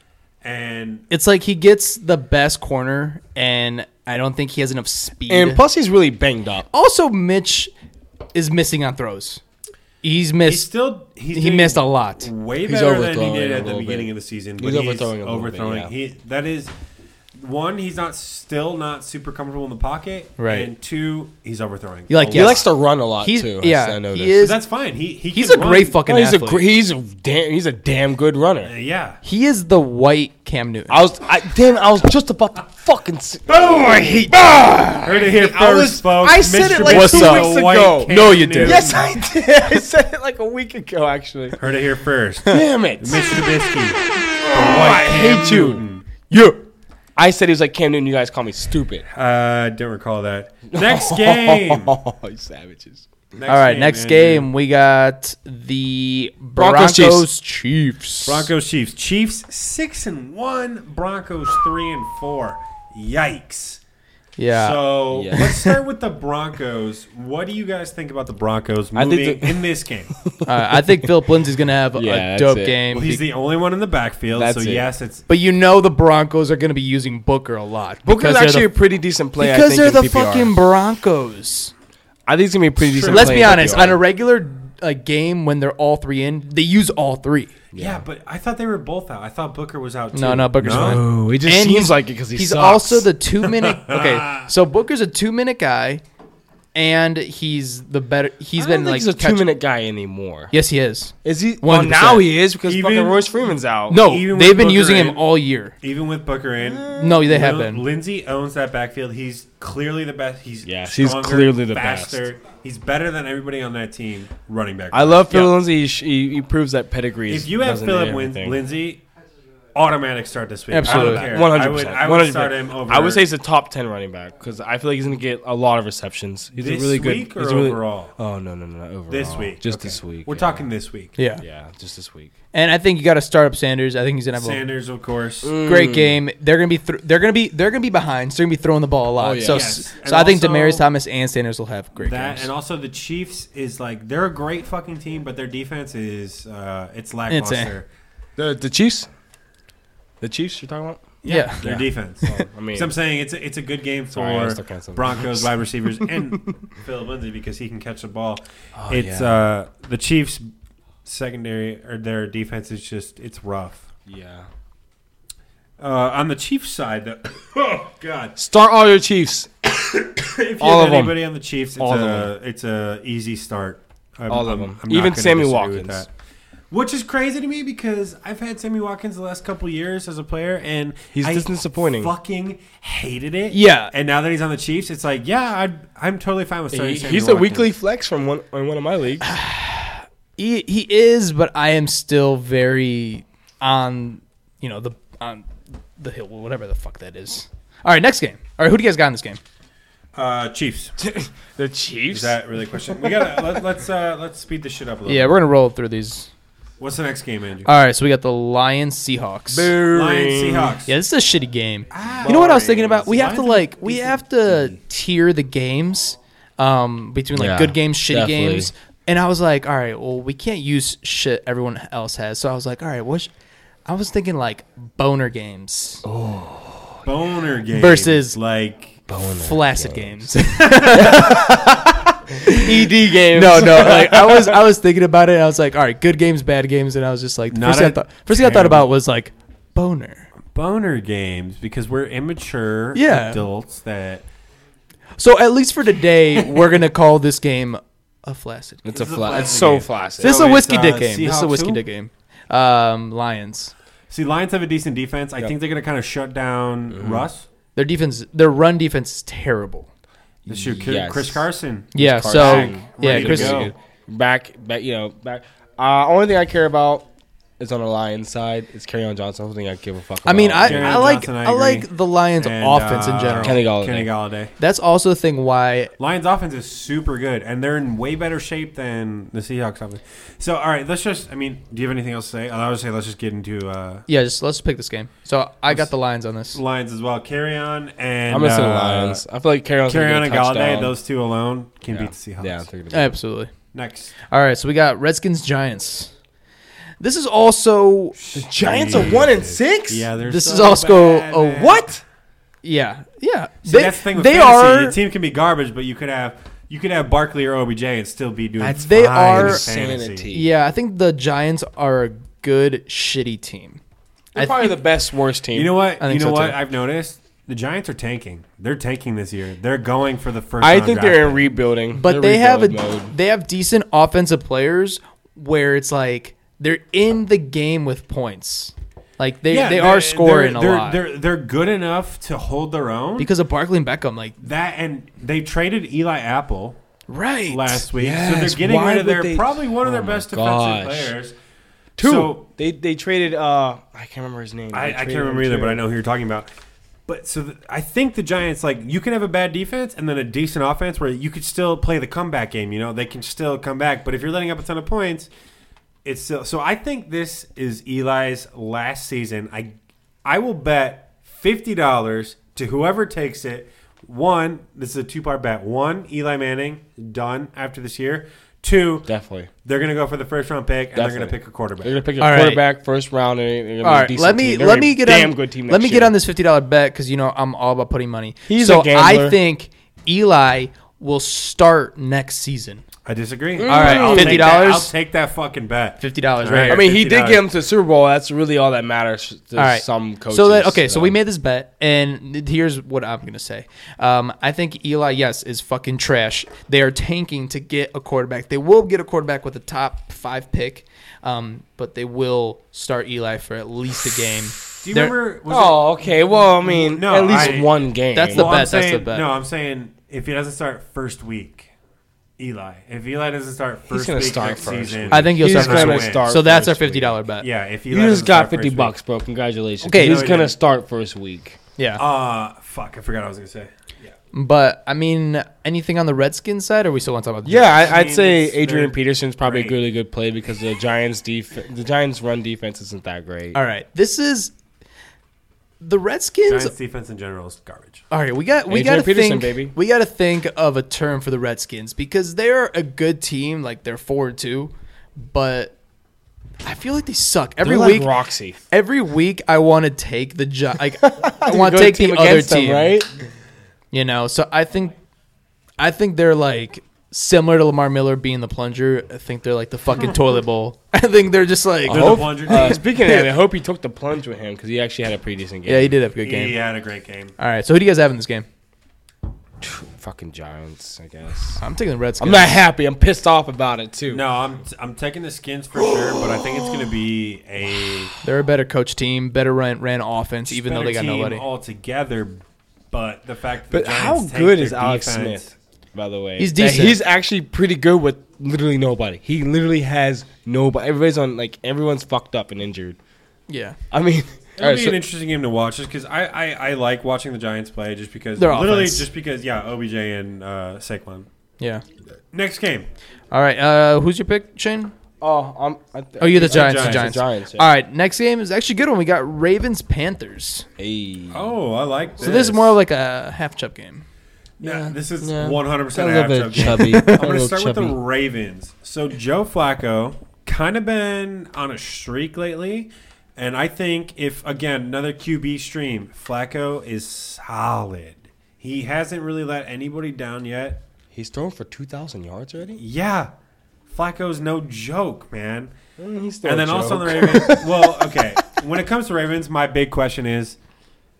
and It's like he gets the best corner, and I don't think he has enough speed. and plus he's really banged up. also Mitch is missing on throws. He's he missed. still he's he doing missed a lot. Way He's better than he overthrowing did a at the little beginning bit. of the season. He's But he's overthrowing overthrowing. a little bit, yeah. He that is one, he's not still not super comfortable in the pocket. Right. And two, he's overthrowing. You like, a He yeah. lot. likes to run a lot He's too. I- yeah, I noticed. he But is. that's fine. He, he he's a can great run. fucking No, he's a athlete. gr- he's a damn he's a damn good runner. [laughs] Yeah. he is the white Cam Newton. I was I damn I was just about to fucking s- Heard it here first, I was- folks. I said it Mr. like What's two up? weeks The white ago. Cam No, you Newton. didn't. Yes, I did. I said it like a week ago actually. Heard it here [laughs] first. Damn it. Mr. Trubisky. I hate you. You. I said he was like Cam Newton. You guys call me stupid. Uh, don't recall that. Next [laughs] game. All [laughs] Oh, you savages. All right, next game we got the Broncos, Broncos, Chiefs. Chiefs. Broncos Chiefs. Chiefs six and one. Broncos three and four. Yikes. Yeah. So Yeah. let's start with the Broncos. What do you guys think about the Broncos I moving think the- in this [laughs] game? Uh, I think Philip Lindsay's gonna have Yeah, a that's dope it. game. Well, he's the only one in the backfield, That's so it. yes, it's but you know the Broncos are gonna be using Booker a lot. Booker's because they're actually the- a pretty decent player. because I they're think, the in PPR. fucking Broncos. I think it's gonna be a pretty decent. Let's play be in honest. PPR. On a regular uh, game when they're all three in, they use all three. yeah. But I thought they were both out. I thought Booker was out. Too. No, no, Booker's fine. Oh, it just And seems he's- like it because he he's sucks. also the two [laughs] minute. Okay, so Booker's a two minute guy, and he's the better. He's I don't been think like he's a catch- two minute guy anymore. Yes, he is. Is he? Well, 100%. now he is because Even- fucking Royce Freeman's out. No, Even with they've been Booker using him in- all year. Even with Booker in, No, they have Lin- been. Lindsey owns that backfield. He's clearly the best. He's Yes, he's stronger, clearly the faster. He's better than everybody on that team running back. I love Phil Yeah. Lindsay. He, sh- he, he proves that pedigree. if you have Philip Win- Lindsey, automatic start this week. Absolutely. I don't care. One I hundred would, percent. I would start him over. I would say he's a top ten running back because I feel like he's going to get a lot of receptions. He's This a really good. week or he's a really- overall? Oh no no no no overall. this week. just Okay. this week. We're yeah. talking this week. Yeah. Yeah, just this week. and I think you got to start up Sanders. I think he's gonna have a Sanders, Mm. of course. great game. They're gonna be thr they're gonna be they're gonna be behind. So they're gonna be throwing the ball a lot. Oh, yeah. So Yes. so And I think also- Demarius Thomas and Sanders will have great That games. and also the Chiefs is like they're a great fucking team, but their defense is uh, it's lackluster. [laughs] Insane. The the Chiefs. The Chiefs you're talking about? yeah. Their Yeah. defense. [laughs] I mean, So I'm saying it's a, it's a good game for Sorry, I was looking at something. Broncos wide [laughs] receivers and Philip Lindsay because he can catch the ball. it's Oh, yeah. uh, the Chiefs secondary or their defense is just it's rough. yeah. Uh, on the Chiefs side, the, [coughs] oh god, [laughs] Start all your Chiefs. if you All have of 'em. anybody on the Chiefs, it's All of a it's a easy start. I'm- All of I'm- 'em. I'm not Even gonna Sammy disagree with Watkins. that. Which is crazy to me because I've had Sammy Watkins the last couple years as a player, and He's I just disappointing. Fucking hated it. Yeah. And now that he's on the Chiefs, it's like, yeah, I'd, I'm totally fine with starting. He- Sammy he's a Watkins. weekly flex from one in one of my [laughs] leagues. he he is, but I am still very on you know the on the hill, whatever the fuck that is. All right, next game. All right, who do you guys got in this game? uh, Chiefs. the Is Chiefs. that really a question? We gotta let, let's uh, let's speed this shit up a little. Yeah, we're gonna roll through these. What's the next game, Andrew? All right, so we got the Lions Seahawks. Lions Seahawks. Yeah, this is a shitty game. You know what I was thinking about? We have to Ah. Lions are like we have to tier the games um, between like Yeah, good games, shitty definitely. games. And I was like, all right, well, we can't use shit everyone else has. So I was like, all right, what? Sh-? I was thinking like boner games. Oh, Boner game Versus- like [laughs] flaccid games. E ED games. No, no. Like I was, I was thinking about it. And I was like, all right, good games, bad games, and I was just like, the Not first, thing I a thought, first thing I thought terrible- about was like boner. boner games because we're immature Yeah. adults that So at least for today, we're gonna call this game a flaccid. Game. It's a This is a fla- flaccid It's so game. flaccid. This is So a it's, whiskey uh, dick game. this is a Seahawks whiskey who? dick game. Um, Lions. see Lions have a decent defense. I think they're gonna kind of shut down Mm-hmm. Russ. Their defense, their run defense is terrible. This shoot, Yes. Chris Carson. Yeah. Carson. So Back, yeah, ready to Chris. go. back, back, you know, back. Uh, only thing I care about is on the Lions side. It's on Johnson. Only thing I give a fuck. About. I mean, I, Jared I like Johnson, I I, agree. like the Lions' And, offense in uh, general. Kenny Galladay. Kenny Galladay. That's also the thing why Lions offense is super good, and they're in way better shape than the Seahawks offense. So, all right, let's just. I mean, do you have anything else to say? I would say let's just get into uh, Yeah, just let's pick this game. So I got the Lions on this. Lions as well. Carry on and I'm gonna say uh, Lions. I feel like carry on. Carry on and Galladay. touchdown. Those two alone can yeah. beat the Seahawks. Yeah, I think it'll be- Absolutely. Next, All right, so we got Redskins Giants. This is also the Giants are one and six. yeah, there's this is also a What? Yeah, yeah. See, that's the thing with they fantasy. are Your team can be garbage, but you could have you could have Barkley or OBJ and still be doing. That's- they fine are- in Insanity. fantasy. yeah. I think the Giants are a good shitty team. They're I probably the best worst team. You know what? I You know think so, what? too. I've noticed The Giants are tanking. They're tanking this year. They're going for the first. I round think draft they're in pick. rebuilding, but They're they have a rebuild mode. they have decent offensive players where it's like they're in the game with points. Like they, Yeah, they they're- are scoring they're, a they're, lot They're they're good enough to hold their own. because of Barkley and Beckham. Like that and they traded Eli Apple right last week, so Yes, they're getting why rid of would their they- probably one Oh of their best gosh. defensive players. Two. So they they traded. Uh, I can't remember his name. I, I They can't traded remember him either, too. but I know who you're talking about. But so th- I think the Giants like you can have a bad defense and then a decent offense where you could still play the comeback game. You know they can still come back, but if you're letting up a ton of points, it's still. So I think this is Eli's last season. I I will bet fifty dollars to whoever takes it. One, this is a two part bet. One, Eli Manning done after this year. Two, Definitely. they're gonna go for the first round pick and they're Definitely. gonna pick a quarterback. They're gonna pick a All right. quarterback first round. And they're gonna be a All right, decent let me team. They're let gonna be me a get damn on, good team. Let next me get year. on this fifty dollar bet because you know I'm all about putting money. He's so a gambler. I think Eli will start next season. I disagree. All right, Mm. I'll take that- $50? I'll take that fucking bet. Fifty dollars, All right. right? I here. mean, he did $50. get him to the Super Bowl. That's really all that matters to All right. some coaches. So that okay, so we though. made this bet, and th- here's what I'm gonna say. Um, I think Eli, yes, is fucking trash. They are tanking to get a quarterback. They will get a quarterback with a top five pick, um, but they will start Eli for at least a game. Do you They're- remember? was it- Oh, okay. Well, I mean, No, at least I- one game. That's the Well, I'm bet, that's the saying, bet. No, I'm saying if he doesn't start first week, Eli. If Eli doesn't start first gonna week start next first season, week. I think he'll he's start first gonna week. start so that's our first fifty week. dollar bet. yeah. If Eli You just doesn't got start first fifty week- bucks, bro. Congratulations. Okay. Okay, No, he's he gonna didn't. start first week. yeah. Uh fuck! I forgot what I was gonna say. Yeah. But I mean, anything on the Redskins side? Or are we still want to talk about? The Yeah, Giants? I, I'd mean, say it's- Adrian they're Peterson's probably great. a really good play because the Giants' def- the Giants' run defense isn't that great. All right. This is the Redskins. Giants defense in general is garbage. All right, we got we AJ got to Peterson, think baby. we got to think of a term for the Redskins because they're a good team, like they're forward too, but I feel like they suck every They're like week. Roxy. Every week, I want to take the job. [laughs] Like I want Good to take team the other against them, team, right? You know, so I think I think they're like similar to Lamar Miller being the plunger. I think they're like the [laughs] fucking toilet bowl. I think they're just like They're the plunger team. Uh, speaking of [laughs] that, I hope he took the plunge with him because he actually had a pretty decent game. yeah, he did have a good game. He had a great game. All right, so who do you guys have in this game? Fucking Giants, I guess. I'm taking the Redskins. I'm not happy. I'm pissed off about it too. No, I'm I'm taking the skins for sure, but I think it's gonna be a They're a better coach team, better ran, ran offense, even though better they got team nobody. altogether. But the fact that But the how Giants take good their is Alex defense- Smith? By the way, He's That decent. He's actually pretty good with literally nobody. He literally has nobody. Everybody's on like everyone's fucked up and injured. yeah. [laughs] I mean, It'll alright, be so- an interesting game to watch just because I, I, I like watching the Giants play just because Their literally offense. just because yeah OBJ and uh, Saquon. Yeah. Next game, All right. Uh, who's your pick, Shane? oh, I'm, I th- Oh, you're the Giants. The Giants, Giants. the Giants, yeah. All right. Next game is actually a good one. We got Ravens Panthers. Hey. oh I like this. So this is more of like a half chub game. yeah, this is yeah. one hundred percent Got a little [laughs] bit chubby. I'm Got [laughs] a gonna little start with the chubby. Ravens. So Joe Flacco kind of been on a streak lately, and I think if again another QB stream, Flacco is solid. He hasn't really let anybody down yet. He's thrown for two thousand yards already. Yeah, Flacco's no joke, man. Mm, He's and then also on the Ravens. [laughs] well, okay. When it comes to Ravens, my big question is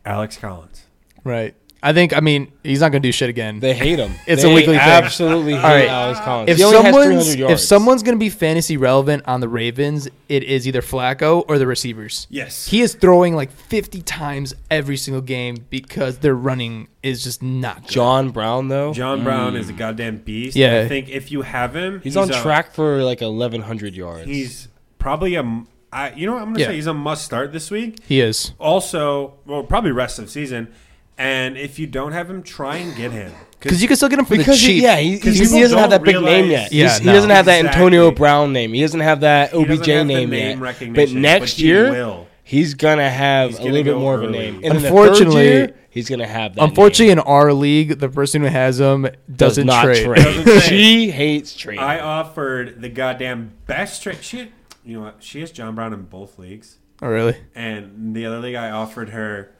Alex Collins. Right. I think. I mean, he's not gonna do shit again. they hate him. It's a They weekly thing. Absolutely hate Alright. Alex Collins. if he only has someone's 300 yards. if someone's gonna be fantasy relevant on the Ravens, it is either Flacco or the receivers. Yes. He is throwing like 50 times every single game because their running is just not good. John Brown though, John Brown is a goddamn beast. Yeah. I think if you have him, Mm. he's, on a- track for like eleven hundred yards. uh, He's probably a. m- I, you know what I'm gonna Yeah. say? He's a must start this week. He is. Also, well, probably rest of season. And if you don't have him, try and get him. Because you can still get him for because the cheap. he, yeah, he, he, Because he people doesn't have don't that big name realize- yet. Yeah, He's- he no. doesn't have that Antonio Exactly. Brown name. He doesn't have that doesn't OBJ have the name, name yet. But recognition, next but he year, will. he's gonna have He's a gonna little bit go more of a early. name. And in the third Unfortunately- year, he's gonna have that. Unfortunately, name. in our league, the person who has him Does doesn't not trade. trade. Doesn't trade. she hates trade. I offered the goddamn best trick. She, you know what? She has John Brown in both leagues. Oh, really? and the other league I offered her.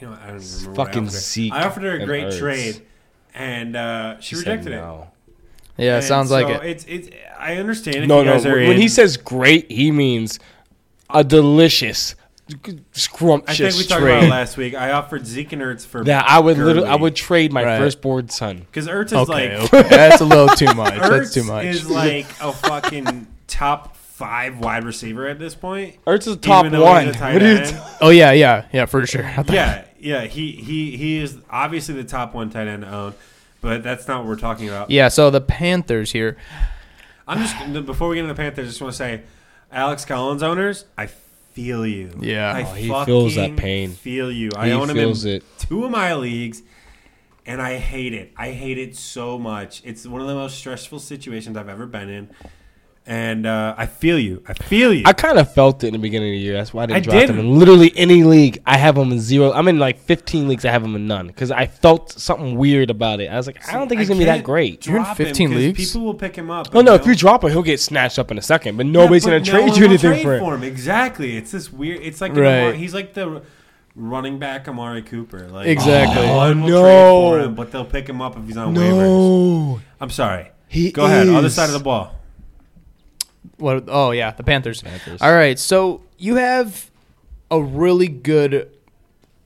You know, I don't even remember. what I fucking offered her. Zeke I offered her a and great Ertz. trade, and uh, she, Said rejected it. no. Yeah, And sounds like so it. It's it's. I understand. If No, you no. guys Are When in, he says great, he means a delicious scrumptious I think we talked trade. about it last week. I offered Zeke and Ertz for that I would literally, I Gurley. would trade my Right. firstborn son. because Ertz is Okay, like okay. [laughs] that's a little too much. Ertz That's too [laughs] much. is like a fucking top five wide receiver at this point. Ertz is top Even though one. he's a tight What are you end. t- oh yeah, yeah, yeah, for sure. I thought- yeah, yeah. He he he is obviously the top one tight end to own, but that's not what we're talking about. Yeah, so the Panthers here. I'm [sighs] just before we get into the Panthers, I just want to say, Alex Collins owners, I feel you. Yeah. I Oh, he feels that fucking pain. Feel you. I He own him feels in it. two of my leagues, and I hate it. I hate it so much. It's one of the most stressful situations I've ever been in, and uh, I feel you. I feel you. I kind of felt it in the beginning of the year. That's why I didn't I draft him. didn't. In literally any league, I have him in zero. I'm in like 15 leagues. I have him in none because I felt something weird about it. I was like, I don't think he's gonna be that can't great. You're in drop him 15 'cause leagues? People will pick him up. Oh no, you if you know? drop him, he'll get snatched up in a second. But nobody's Yeah, gonna but no trade one you will anything trade for him. him. Exactly. It's this weird. It's like Right. Amari- he's like the running back Amari Cooper. Like Exactly. No one will No. trade for him, but they'll pick him up if he's on waivers. No, I'm sorry. He Go ahead. Other is. side of the ball. What? Oh yeah, the Panthers. All right, so you have a really good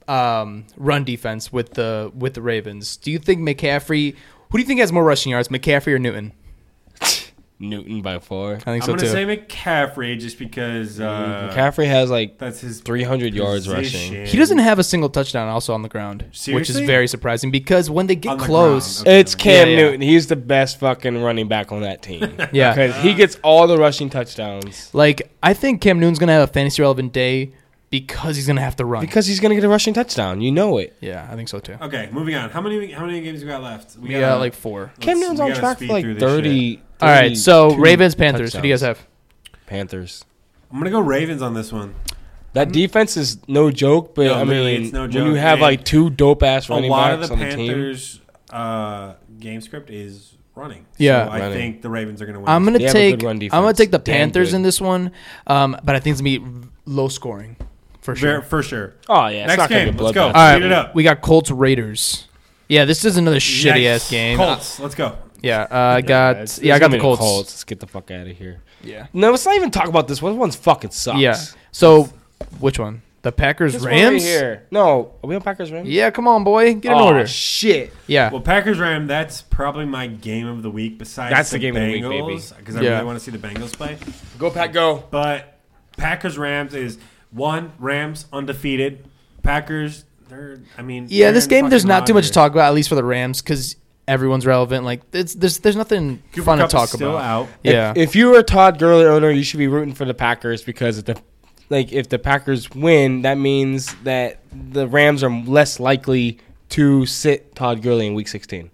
um, run defense with the with the Ravens. Do you think McCaffrey? Who do you think has more rushing yards, McCaffrey or Newton? Newton by four. I I'm think so gonna too. say McCaffrey just because uh, McCaffrey has like that's his 300 Mm, yards position. rushing. he doesn't have a single touchdown also on the ground, which is Seriously? very surprising because when they On get the close, ground, It's Yeah, Cam yeah. Newton. He's the best fucking running back on [laughs] that team. Yeah. because he gets all the rushing touchdowns like I think Cam Newton's gonna have a fantasy relevant day because he's gonna have to run. because he's gonna get a rushing touchdown. You know it. yeah, I think so too. Okay, moving on. How many how many games we got left? We got like four. let's- Cam Newton's we on gotta track for speed like through this 30. shit. All right, so 32 Ravens, Panthers. Who do you guys touchdowns. have? Panthers. I'm gonna go Ravens on this one. That defense is no joke, but Mm-hmm. No, I literally, mean, it's no when joke. you have And like two dope ass a running lot of backs the on the team, Panthers uh, game script is running. Yeah. so I Running. think the Ravens are going to win. I'm this. gonna They have a take. good run I'm gonna defense. take the Damn Panthers good. in this one, um, but I think it's gonna be low scoring for sure. Ver- for sure. oh yeah, it's Next not gonna be a game, let's go. bloodbath. All right, Speed it up. we got Colts Raiders. Yeah, this is another shitty Yikes. ass game. Colts, let's go. Yeah, uh, I Yeah, got. it's- Yeah, I it's got gonna the be Colts. Let's get the fuck out of here. Yeah, No, let's not even talk about this one. This one's fucking sucks. yeah. So, which one? The Packers This one right Rams. here. No, are we on Packers Rams? Yeah, come on, boy, get in Aw, order. Shit. yeah, Well, Packers Ram. That's probably my game of the week. Besides That's the, the game of the week, baby. Bengals, because I Yeah. really want to see the Bengals play. Go Pack, go. But Packers Rams is one Rams undefeated. Packers, they're. I mean, yeah. they're This in game, there's fucking not too much monitor. to talk about, at least for the Rams, because everyone's relevant. Like, it's, there's there's nothing Cooper fun Kupp to talk is still about. out. If- Yeah, If, you were a Todd Gurley owner, you should be rooting for the Packers because if the like if the Packers win, that means that the Rams are less likely to sit Todd Gurley in Week 16.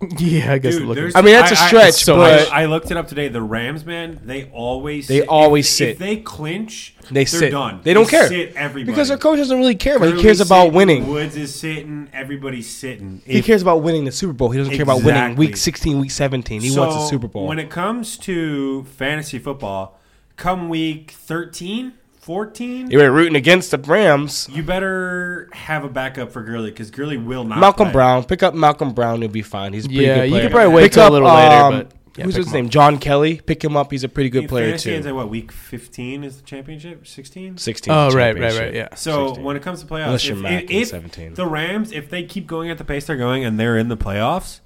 [laughs] yeah. I guess Dude, look there's- I mean, that's a stretch, so but- I, I looked it up today. The Rams, man, they always They sit. always if, sit. If they clinch, They they're sit. done. They don't care. Sit everybody Because their coach doesn't really care, but he Gurley's cares about sitting, winning. Woods is sitting. Everybody's sitting. He If- cares about winning the Super Bowl. He doesn't care about winning Exactly. Week 16, Week 17. He wants So, a Super Bowl. When it comes to fantasy football, come week 13, 14, you were rooting against the Rams. you better have a backup for Gurley because Gurley will not. Malcolm play. Brown, pick up Malcolm Brown. He'll be fine. He's a pretty Yeah, good you player. could probably wait Pick till a little later, um, but, yeah, who's pick his him up. name? John Kelly. Pick him up. He's a pretty I good mean, player fantasy ends too. at what week 15 is the championship? 16. 16. Oh right, right, championship. right. Yeah. So 16. when it comes to playoffs, Unless you're if, Mac if- in if 17. the Rams, if they keep going at the pace they're going and they're in the playoffs,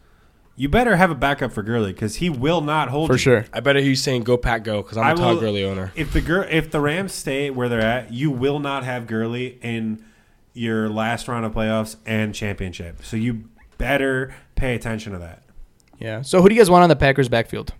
you better have a backup for Gurley because he will not hold For you. sure. I better hear you saying go pack go because I'm I a Todd will- Gurley owner. If the Gur- if the Rams stay where they're at, you will not have Gurley in your last round of playoffs and championship. So you better pay attention to that. Yeah. So who do you guys want on the Packers backfield?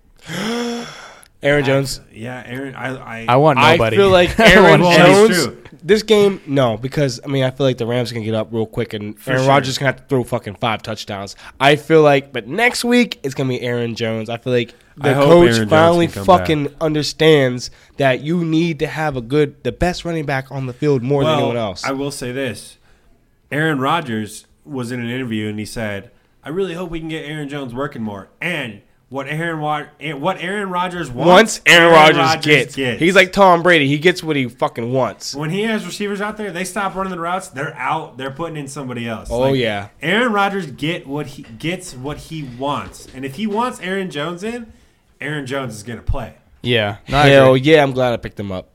Aaron Jones. Yeah, Aaron. I I, I want nobody. I [laughs] feel like I Aaron want Well, nobody. that's Jones. true. This game, no, because I mean I feel like the Rams are gonna get up real quick and Aaron sure. Rodgers is gonna have to throw fucking five touchdowns. I feel like, but next week it's gonna be Aaron Jones. I feel like I the hope Aaron coach Jones finally can come fucking understands that you need to have a good, the best running back on the field more well, than anyone else. I will say this: Aaron Rodgers was in an interview and he said, "I really hope we can get Aaron Jones working more." And what Aaron Wa- what Aaron Rodgers wants, Once Aaron, Rodgers gets, he's like Tom Brady. He gets what he fucking wants. When he has receivers out there, they stop running the routes. They're out. They're putting in somebody else. Oh, yeah. Aaron Rodgers get what he gets what he wants, and if he wants Aaron Jones in, Aaron Jones is gonna play. [laughs] Yeah. No, I Hell agree. yeah, I'm glad I picked him up.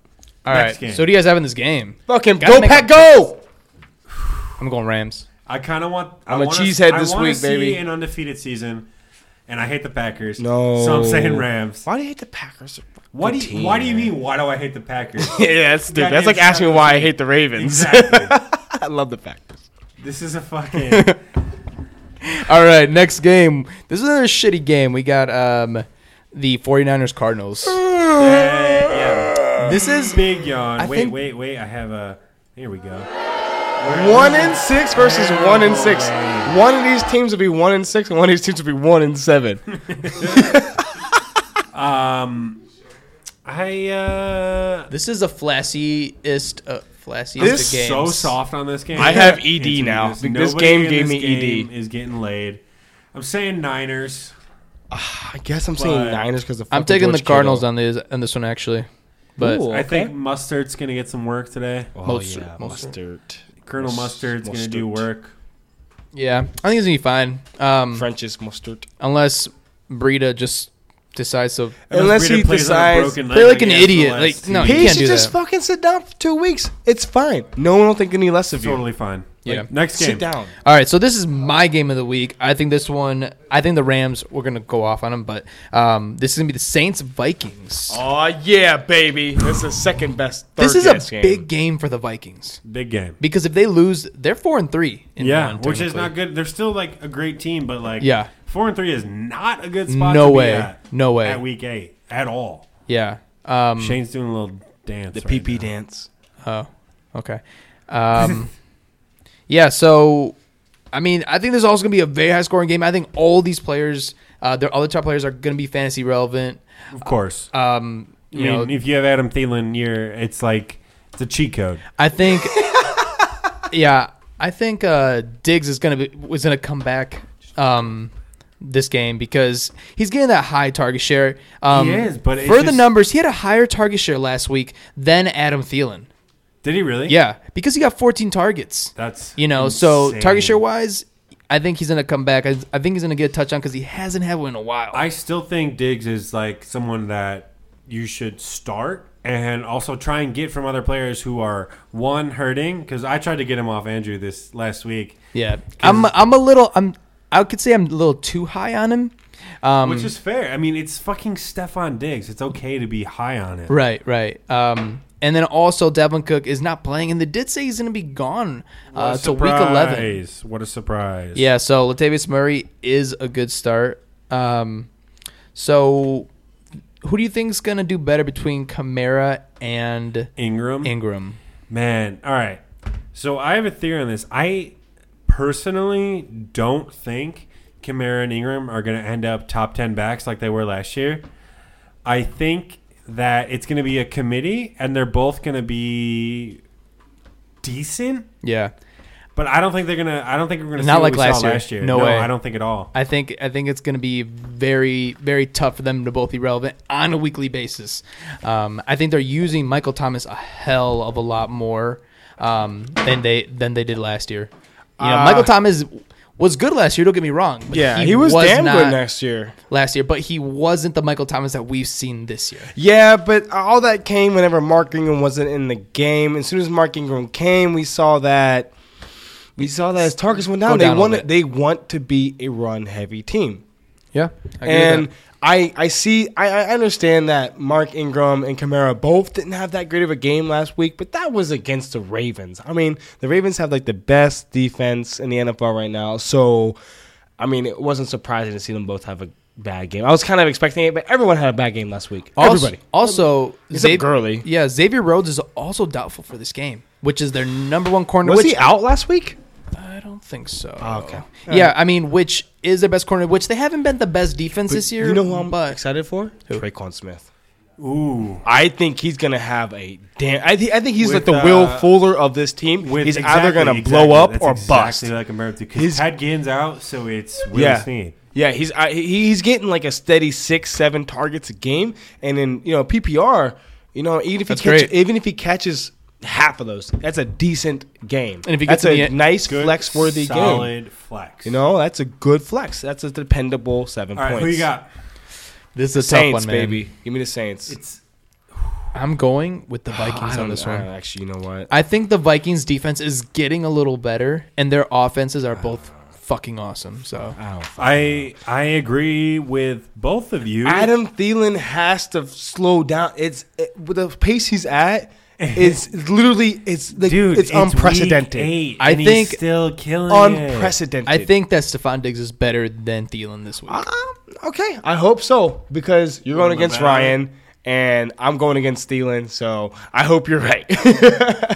All Next right. game. So what do you guys have in this game? Fucking Gotta go, make Pat, a- go! I'm going Rams. I kind of want. I I'm a wanna- cheesehead this I wanna week, see baby. An undefeated season, and I hate the Packers. No. so I'm saying Rams. Why do you hate the Packers? What do you, Good team, Why do you man. mean? Why do I hate the Packers? [laughs] yeah, that's stupid. Goddamn That's like asking Packers. why I hate the Ravens. exactly. [laughs] I love the Packers. This is a fucking. uh, All right, next game. This is another shitty game. We got um the 49ers Cardinals. yeah. This is Big yawn. I wait, think- wait, wait. I have a. Here we go. One and six versus one and six. One of these teams will be one and six, and one of these teams will be one and seven. I uh. [laughs] this is the flassiest uh, flassiest This of games. So soft on this game. I have It's ED ridiculous. now. This Nobody game in gave this me E ED. game Is getting laid. I'm saying Niners. I guess I'm saying But- Niners because the I'm fucking taking George the Cardinals Kittle. on this on this one actually. But Ooh. I Okay. think Mustard's gonna get some work today. Oh, Mostert, Mostert. Colonel Mustard's gonna do Mustard. work. yeah, I think it's gonna be fine. Um, French's mustard. unless Brita just decides to Unless Breida he plays on a decides, broken play leg like an against the idiot. last Like team. no, you he can't should do just that. fucking sit down for two weeks. It's fine. No one will think any less of you. totally fine. Yeah. Like, next game. Sit down. All right, so this is my game of the week. I think this one, I think the Rams, we're going to go off on them, but um, this is going to be the Saints Vikings. Oh yeah, baby. This is the second best. Third this is a best game. big game for the Vikings Big game. because if they lose, they're 4 and 3. In Yeah, round, which is not technically. good. They're still like a great team, but like Yeah. four and three is not a good spot. No to be way. at No way. At week eight, at all. Yeah. Um, Shane's doing a little dance. Hmm. The right PP now. dance. oh, [laughs] okay. Um, yeah, so, I mean, I think this is also going to be a very high scoring game. I think all these players, uh, their other top players, are going to be fantasy relevant. Of course. Um, I you mean, know, if you have Adam Thielen, you're it's like it's a cheat code. I think, [laughs] yeah, I think uh, Diggs is gonna be was gonna come back um, this game because he's getting that high target share. Um, He is, but it's for the just- numbers, he had a higher target share last week than Adam Thielen. Did he really? Yeah, because he got 14 targets. That's You know, so insane. target share wise, I think he's gonna come back. I, I think he's gonna get a touchdown because he hasn't had one in a while. I still think Diggs is like someone that you should start and also try and get from other players who are one hurting because I tried to get him off Andrew this last week, yeah, I'm I'm a little I'm I could say I'm a little too high on him. Um, which is fair. I mean, it's fucking Stefan Diggs. It's okay to be high on it. Right, right. Um, and then also Devlin Cook is not playing, and they did say he's going to be gone uh, to week eleven. Surprise. What a surprise! Yeah, so Latavius Murray is a good start. Um, so who do you think's going to do better between Kamara and Ingram. Ingram? Man, all right. So I have a theory on this. I personally don't think Kamara and Ingram are going to end up top 10 backs like they were last year. I think that it's going to be a committee and they're both going to be decent, Yeah, but I don't think they're going to I don't think we're going to Not see like what we last saw year. last year. No way. I don't think at all. I think I think it's going to be very very tough for them to both be relevant on a weekly basis. Um, I think they're using Michael Thomas a hell of a lot more um, than they than they did last year. You know, Uh, Michael Thomas was good last year. Don't get me wrong. But Yeah, he, was, damn not good next year. last year, but he wasn't the Michael Thomas that we've seen this year. Yeah, but all that came whenever Mark Ingram wasn't in the game. As soon as Mark Ingram came, we saw that we saw that his targets went down. Go down a they want little bit. they want to be a run heavy team. Yeah, and I, I see I, I understand that Mark Ingram and Kamara both didn't have that great of a game last week, but that was against the Ravens. I mean, the Ravens have like the best defense in the NFL right now, so I mean it wasn't surprising to see them both have a bad game. I was kind of expecting it, but everyone had a bad game last week. also, Everybody. also Except Xav- Gurley. Yeah, Xavier Rhodes is also doubtful for this game, which is their number one corner. Was which he out last week? I don't think so. Oh, okay. yeah, I mean, which is their best corner? Which they haven't been the best defense this year. you know who I'm but excited for? Who? Traquan Smith. Ooh. I think he's gonna have a damn. I, thi- I think he's With, like the Will uh, Fuller of this team. With he's exactly- either gonna exactly. blow up That's or exactly bust. Like America, because His- Pat Ginn's out, so it's Willie yeah. Sneed. Yeah, he's I, he- he's getting like a steady six, seven targets a game, and in you know PPR, you know even if he That's catch, great. even if he catches half of those, that's a decent game. And if he that's gets in a the- nice Good, flex worthy game, Solid flex. you know that's a good flex. That's a dependable seven All right, points. who you got? this is a Saints, tough one, man. baby. Give me the Saints. It's I'm going with [sighs] the I Vikings on don't this I one. don't Actually, you know what? I think the Vikings defense is getting a little better, and their offenses are both fucking awesome. So I don't. fuck- I I agree with both of you. Adam Thielen has to slow down. It's it, with the pace he's [laughs] at. It's literally it's like, dude, it's, week unprecedented. eight, I and he's think- still killing it. Unprecedented. I think that Stephon Diggs is better than Thielen this week. Um, okay, I hope so because you're going against Ryan and I'm going against Thielen. So I hope you're right. [laughs]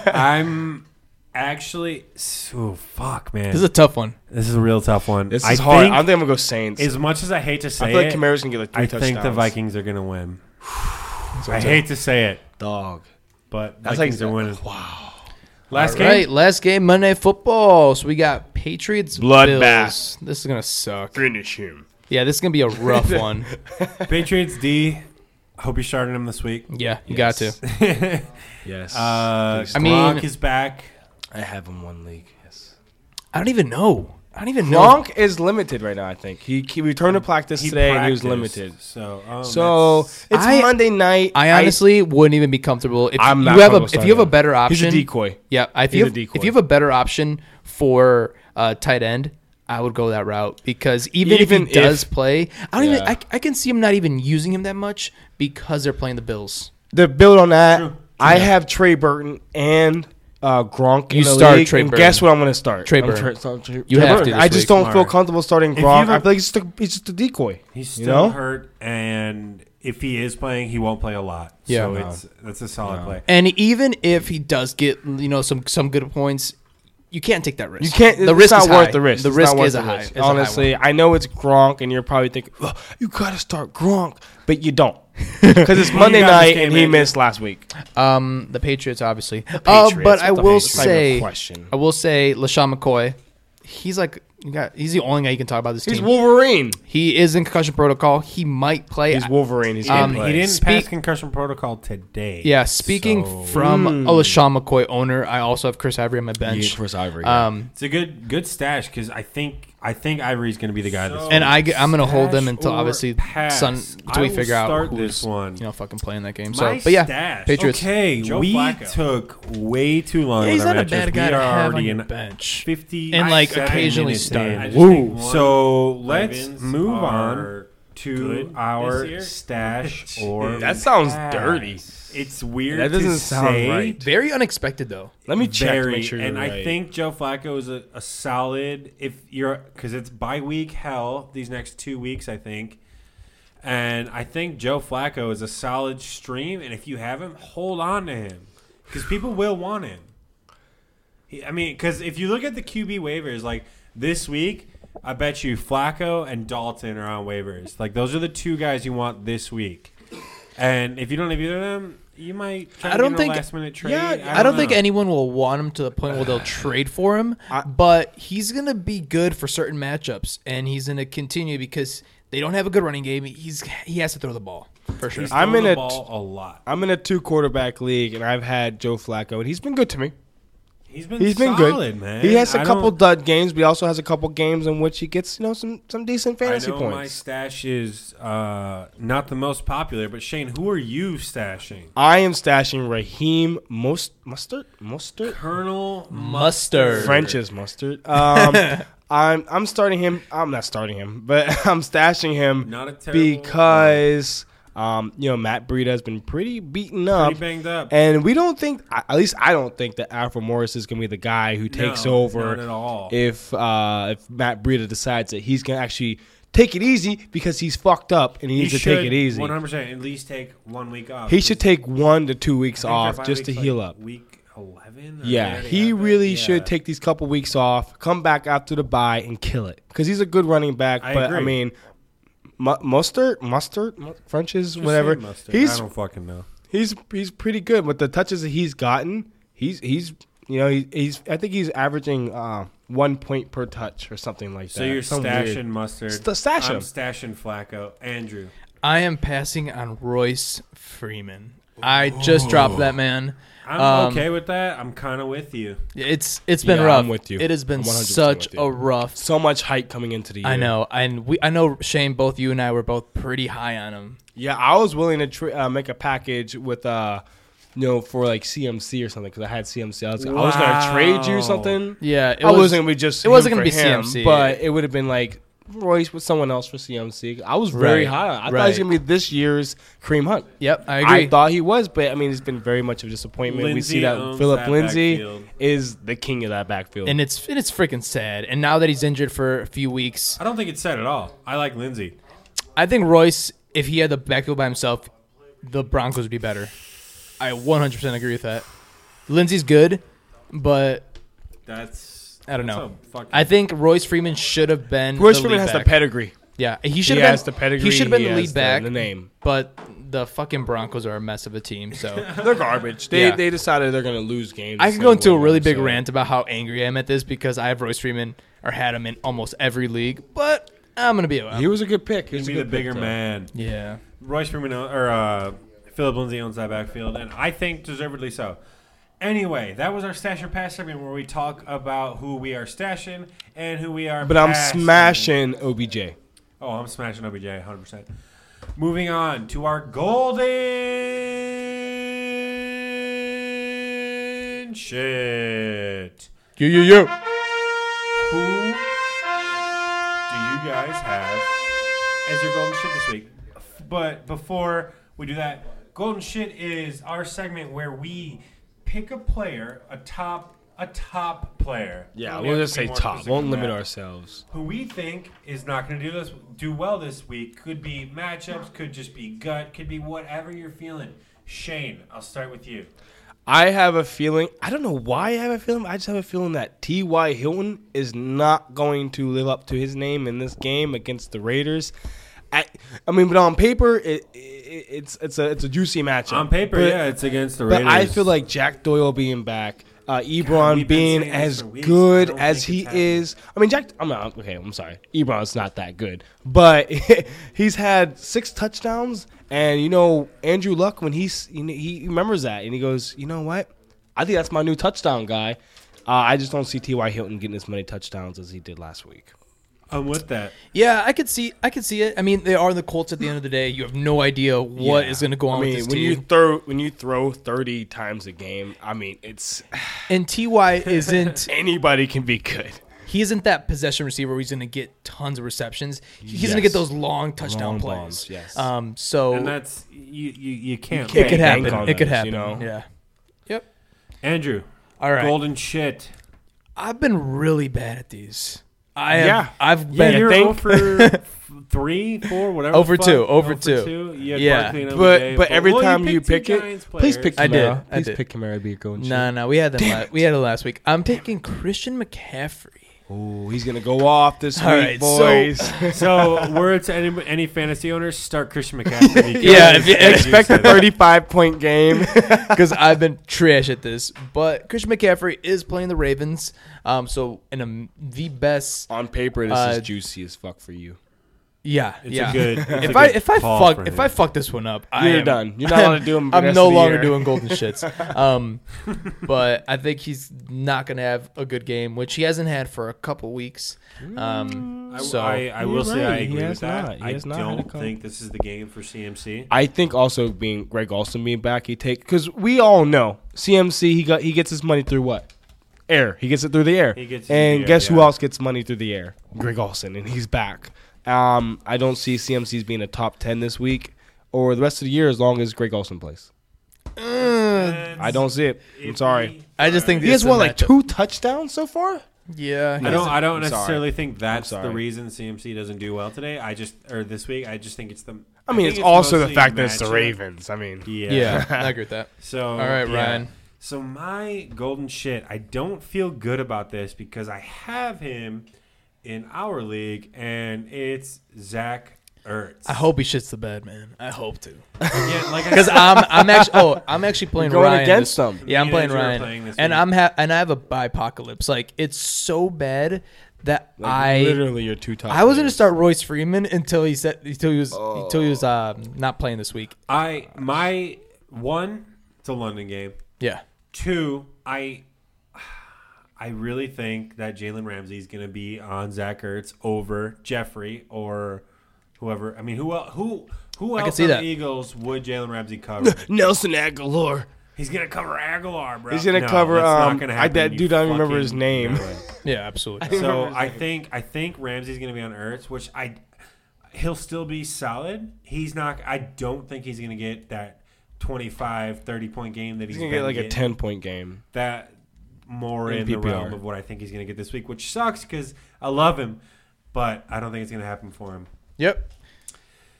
I'm actually. Oh fuck, man. This is a tough one. This is a real tough one. this is I hard. Think, I think I'm gonna go Saints. as much as I hate to say I feel like it, Kamara's gonna get like three I touchdowns. think the Vikings are gonna win. So I it's a hate to say it, dog. but That's like- Vikings are winning. Wow. Last All game, right, last game Monday football. So we got Patriots Bloodbath. Bills. This is gonna suck. Finish him. Yeah, this is gonna be [laughs] a rough one. Patriots D. Hope you're starting him this [laughs] week. [laughs] Yeah, you got to. Yes. Yes. Uh, Please. I I mean- is back. I have him one league. Yes. I don't even know. I don't even know. Gronk is limited right now. I think he, he returned to practice He today and he was practiced, limited. So, um, So that's- it's I- Monday night. I honestly wouldn't even be comfortable if I'm you not have a comfortable if you have a starting better him. He's option. a decoy. Yeah, if He's you a have, decoy. if you have a better option for uh, tight end, I would go that route because even, Even if he does if- play, I don't even Yeah. I, I can see him not even using him that much because they're playing the Bills. the build on that, I have Trey Burton and uh, Gronk. You in the start league, Trey and Burton. Guess what I'm going to start? Trey I'm Burton. start- Trey- You Trey have to Burton. this I just week. don't feel Smart. comfortable starting If Gronk. you've- I feel like he's just a, he's just a decoy. he's still you know? hurt, and if he is playing, he won't play a lot. Yeah. so No. it's that's a solid play. And even if he does get you know some some good points, you can't take that risk. You can't. The it's risk not is worth high. the risk. The It's risk not worth is a the high. risk. is a high one. Honestly, I know it's Gronk, and you're probably thinking, "Ugh, you got to start Gronk, but you [laughs] don't because it's You Monday got this night game, and he man. missed last week. Um, the Patriots, obviously. Uh, Patriots, but I what the will Patriots? It's not even a say, question. I will say, Lashawn McCoy, he's like, you got, he's the only guy you can talk about this He's team. Wolverine. he is in concussion protocol. He might play. He's Wolverine. He's Um, gonna he play. didn't Speak- pass concussion protocol today. yeah. Speaking so- Hmm. from a Lashawn McCoy owner, I also have Chris Ivory on my bench. Yeah, Chris Ivory, yeah. Um, It's a good good stash because I think I think Ivory's going to be the guy. this and I, am gonna hold Stash them until or obviously pass? sun until I we will figure out start who's this one. you know fucking playing that game. So, My but yeah, stash. Patriots. Okay, Joe we Flacco. took way too long. Yeah, with he's our not a matchups. bad guy We to are have on already your in bench. 50 And, like, seven occasionally minutes start. in. I just Woo. think one- So let's Ravens move on are to good this our year. [laughs] stash or That sounds pass. dirty. It's weird. That doesn't to sound say, right. Very unexpected though. Let me check. to Very, make sure and you're I right. think Joe Flacco is a, a solid if you're because it's bye week hell these next two weeks I think, and I think Joe Flacco is a solid stream and if you have him hold on to him because people will want him. He, I mean because if you look at the QB waivers like this week, I bet you Flacco and Dalton are on waivers. Like those are the two guys you want this week, and if you don't have either of them. You might. Try I to don't get in think- a last minute trade. yeah, I I don't think know. anyone will want him to the point where they'll trade for him, but he's going to be good for certain matchups, and he's going to continue because they don't have a good running game. He's he has to throw the ball for sure. He's I'm throwing the in a t- ball a lot. I'm in a two quarterback league, and I've had Joe Flacco, and he's been good to me. He's been He's been solid, good, man. He has a I couple don't- dud games, but he also has a couple games in which he gets you know some some decent I fantasy know my points. stash is uh, not the most popular, but Shane, who are you stashing? I am stashing Raheem Most Mustard Mustard Colonel Mustard. French's Mustard. Um, I'm I'm starting him. I'm not starting him, but [laughs] I'm stashing him Not a terrible- because um, you know Matt Breida has been pretty beaten up. Pretty banged up. And we don't think, I- at least I don't think that Alfred Morris is going to be the guy who takes No, over not at all. if uh, if Matt Breida decides that he's going to actually take it easy because he's fucked up and he, needs to should take it easy. 100% at least take one week off. He should take one to two I weeks think their off bye just to week's heal like up. Week 11? or they Yeah, already he have it? really Yeah. should take these couple weeks off, come back after the bye, and kill it because he's a good running back. I but I agree. mean, mu- mustard, mustard, mu- French's, Just whatever. say mustard. I He's don't fucking know. he's he's pretty good with the touches that he's gotten. He's he's you know he, he's I think he's averaging uh, one point per touch or something like So that. you're Something stashing weird. mustard. St- stash I'm him. stashing Flacco. Andrew. I am passing on Royce Freeman. I just dropped that man. I'm Um, okay with that. I'm kind of with you. It's it's been Yeah, rough. I'm with you. It has been I'm 100% such with you. a rough. so much hype coming into the year. I know, and we I know Shane. Both you and I were both pretty high on him. Yeah, I was willing to tr- uh, make a package with, uh, you know, for like CMC or something because I had CMC. I was, I was Wow. going to trade you something. Yeah, it I was- wasn't going to be just. it wasn't him gonna for be him, CMC. but it would have been like Royce with someone else for CMC. I was very Right, high. I thought he was right. going to be this year's Kareem Hunt. Yep, I agree. I thought he was, but I mean, it's been very much of a disappointment. we Lindsey see that owns Philip that Lindsay backfield. is the king of that backfield. and it's and it's freaking sad. And now that he's injured for a few weeks, I don't think it's sad at all. I like Lindsey. I think Royce, if he had the backfield by himself, the Broncos would be better. I 100% agree with that. Lindsey's good, but That's I don't that's know. a fucking- I think Royce Freeman should have been. Royce the Freeman lead has back. the pedigree. Yeah, he should He have has been the pedigree. He should have been he the has lead back. The name. but the fucking Broncos are a mess of a [laughs] team. So They're garbage. They Yeah. they decided they're gonna lose games. I the could same go into a way, really big so- rant about how angry I am at this because I have Royce Freeman or had him in almost every league, but I'm gonna be all He right. was a good pick. He was He'd a be good the bigger pick, though. man. Yeah, Royce Freeman own- or uh, Philip Lindsay owns that backfield, and I think deservedly so. Anyway, that was our stash or pass segment where we talk about who we are stashing and who we are. But I'm passing. smashing OBJ. Oh, I'm smashing OBJ 100. percent Moving on to our golden shit. you you you. Who do you guys have as your golden shit this week? But before we do that, golden shit is our segment where we pick a player, a top, a top player. Yeah, Don't we'll have just to be say more top. specific Won't than limit that. ourselves. Who we think is not going to do this do well this week could be matchups, could just be gut, could be whatever you're feeling. Shane, I'll start with you. I have a feeling. I don't know why I have a feeling. I just have a feeling that T.Y. Hilton is not going to live up to his name in this game against the Raiders. I, I mean, but on paper, it, it, it's it's a it's a juicy matchup. But- it's against the But I feel like Jack Doyle being back, uh, God, Ebron we've been being saying this as for weeks. good I don't as think he it's is. I mean, Jack. I'm not, okay. I'm sorry. Ebron's not that good, but [laughs] he's had six touchdowns, and you know Andrew Luck when he's you know, he remembers that, and he goes, you know what? I think that's my new touchdown guy. Uh, I just don't see T.Y. Hilton getting as many touchdowns as he did last week. I'm with that. Yeah, I could see I could see it. I mean, they are the Colts at the end of the day. You have no idea what is Yeah. going to go on I mean, with this when team. you throw when you throw 30 times a game, I mean, it's [laughs] and Ty isn't anybody can be good. he isn't that possession receiver where he's going to get tons of receptions. He's going to get Yes. those long touchdown Long plays. bombs, yes. Um. So And that's you. You, you can't. can't. it could bank happen. on It could those, happen. you know? Yeah. Yep. Andrew. All right. Golden shit. I've been really bad at these. I have, Yeah. I've Yeah, been you're think? [laughs] over three, four, whatever. Over the two, fuck. over two. Yeah, Yeah. Barkley and But OBJ, but every well, you time you picked two pick it, Giants please players. [laughs] pick. Kamara. I did, I Please did. pick Kamara. to Be going. No, no, we had them. la- we had it last week. I'm picking Christian McCaffrey. Oh, he's gonna go off this All week, right, so- boys. [laughs] So, were it to any, any fantasy owners, start Christian McCaffrey. [laughs] because- [laughs] Yeah, if you as you Expect a said that. thirty-five point game. because I've been trash at this. But Christian McCaffrey is playing the Ravens, um, so in a, the [laughs] best. On paper, this Uh, is juicy as fuck for you. Yeah, It's yeah. a good. It's if a I good if I call fuck for if him. I fuck this one up, I You're am, done. You're not [laughs] allowed to do them the I'm rest no of the longer year. [laughs] doing golden shits. Um, but I think he's not gonna have a good game, which he hasn't had for a couple weeks. Um, Mm. I, so I, I will You're say I right, he agree with has that. not. He I has not had a don't call. think this is the game for CMC. I think also being Greg Olson being back, he take because we all know CMC. He got he gets his money through what? Air. He gets it through the air. He gets it through and the air, guess who yeah. else gets money through the air? Greg Olson, and he's back. Um, I don't see CMC's being a top ten this week or the rest of the year as long as Greg Olson plays. Uh, I don't see it. I'm If sorry. he- I just think He has it's a what, like matchup. two touchdowns so far? Yeah, I don't. I don't I'm sorry. necessarily think that's the sorry. reason CMC doesn't do well today. I just or this week. I just think it's the. I mean, think it's, also the mostly fact that it's the matchup. Ravens. I mean, Yeah. [laughs] Yeah, I agree with that. So all right, Ryan. So my golden shit. I don't feel good about this because I have him in our league, and it's Zach Ertz. I hope he shits the bed, man. I hope to. Yeah, [laughs] like I Because said, I'm, I'm actually, oh, I'm actually playing You're going Ryan against this- them. Yeah, I'm Me playing and Andrew are Ryan, playing this and week. I'm ha- and I have a bipocalypse. Like it's so bad that I literally your two top. I was gonna players. start Royce Freeman until he said until he was until he was Oh. um, not playing this week. I my one. It's a London game. Yeah, Two. I. I really think that Jalen Ramsey is going to be on Zach Ertz over Jeffrey or whoever. I mean, who el- who who can else see on the that. Eagles would Jalen [laughs] Ramsey cover? Nelson Aguilar. He's gonna cover Aguilar, bro. He's gonna No, cover, that's not um, gonna I- happen, that you dude, I don't remember fucking his name. [laughs] nerd. Yeah, absolutely. so I think I think Ramsey's gonna be on Ertz, which I he'll still be solid. He's not. I don't think he's gonna get that 25, 30 point game that he's, He's gonna been get like a getting. ten point game. that more in, In the PPR. realm of what I think he's going to get this week, which sucks because I love him, but I don't think it's going to happen for him. Yep.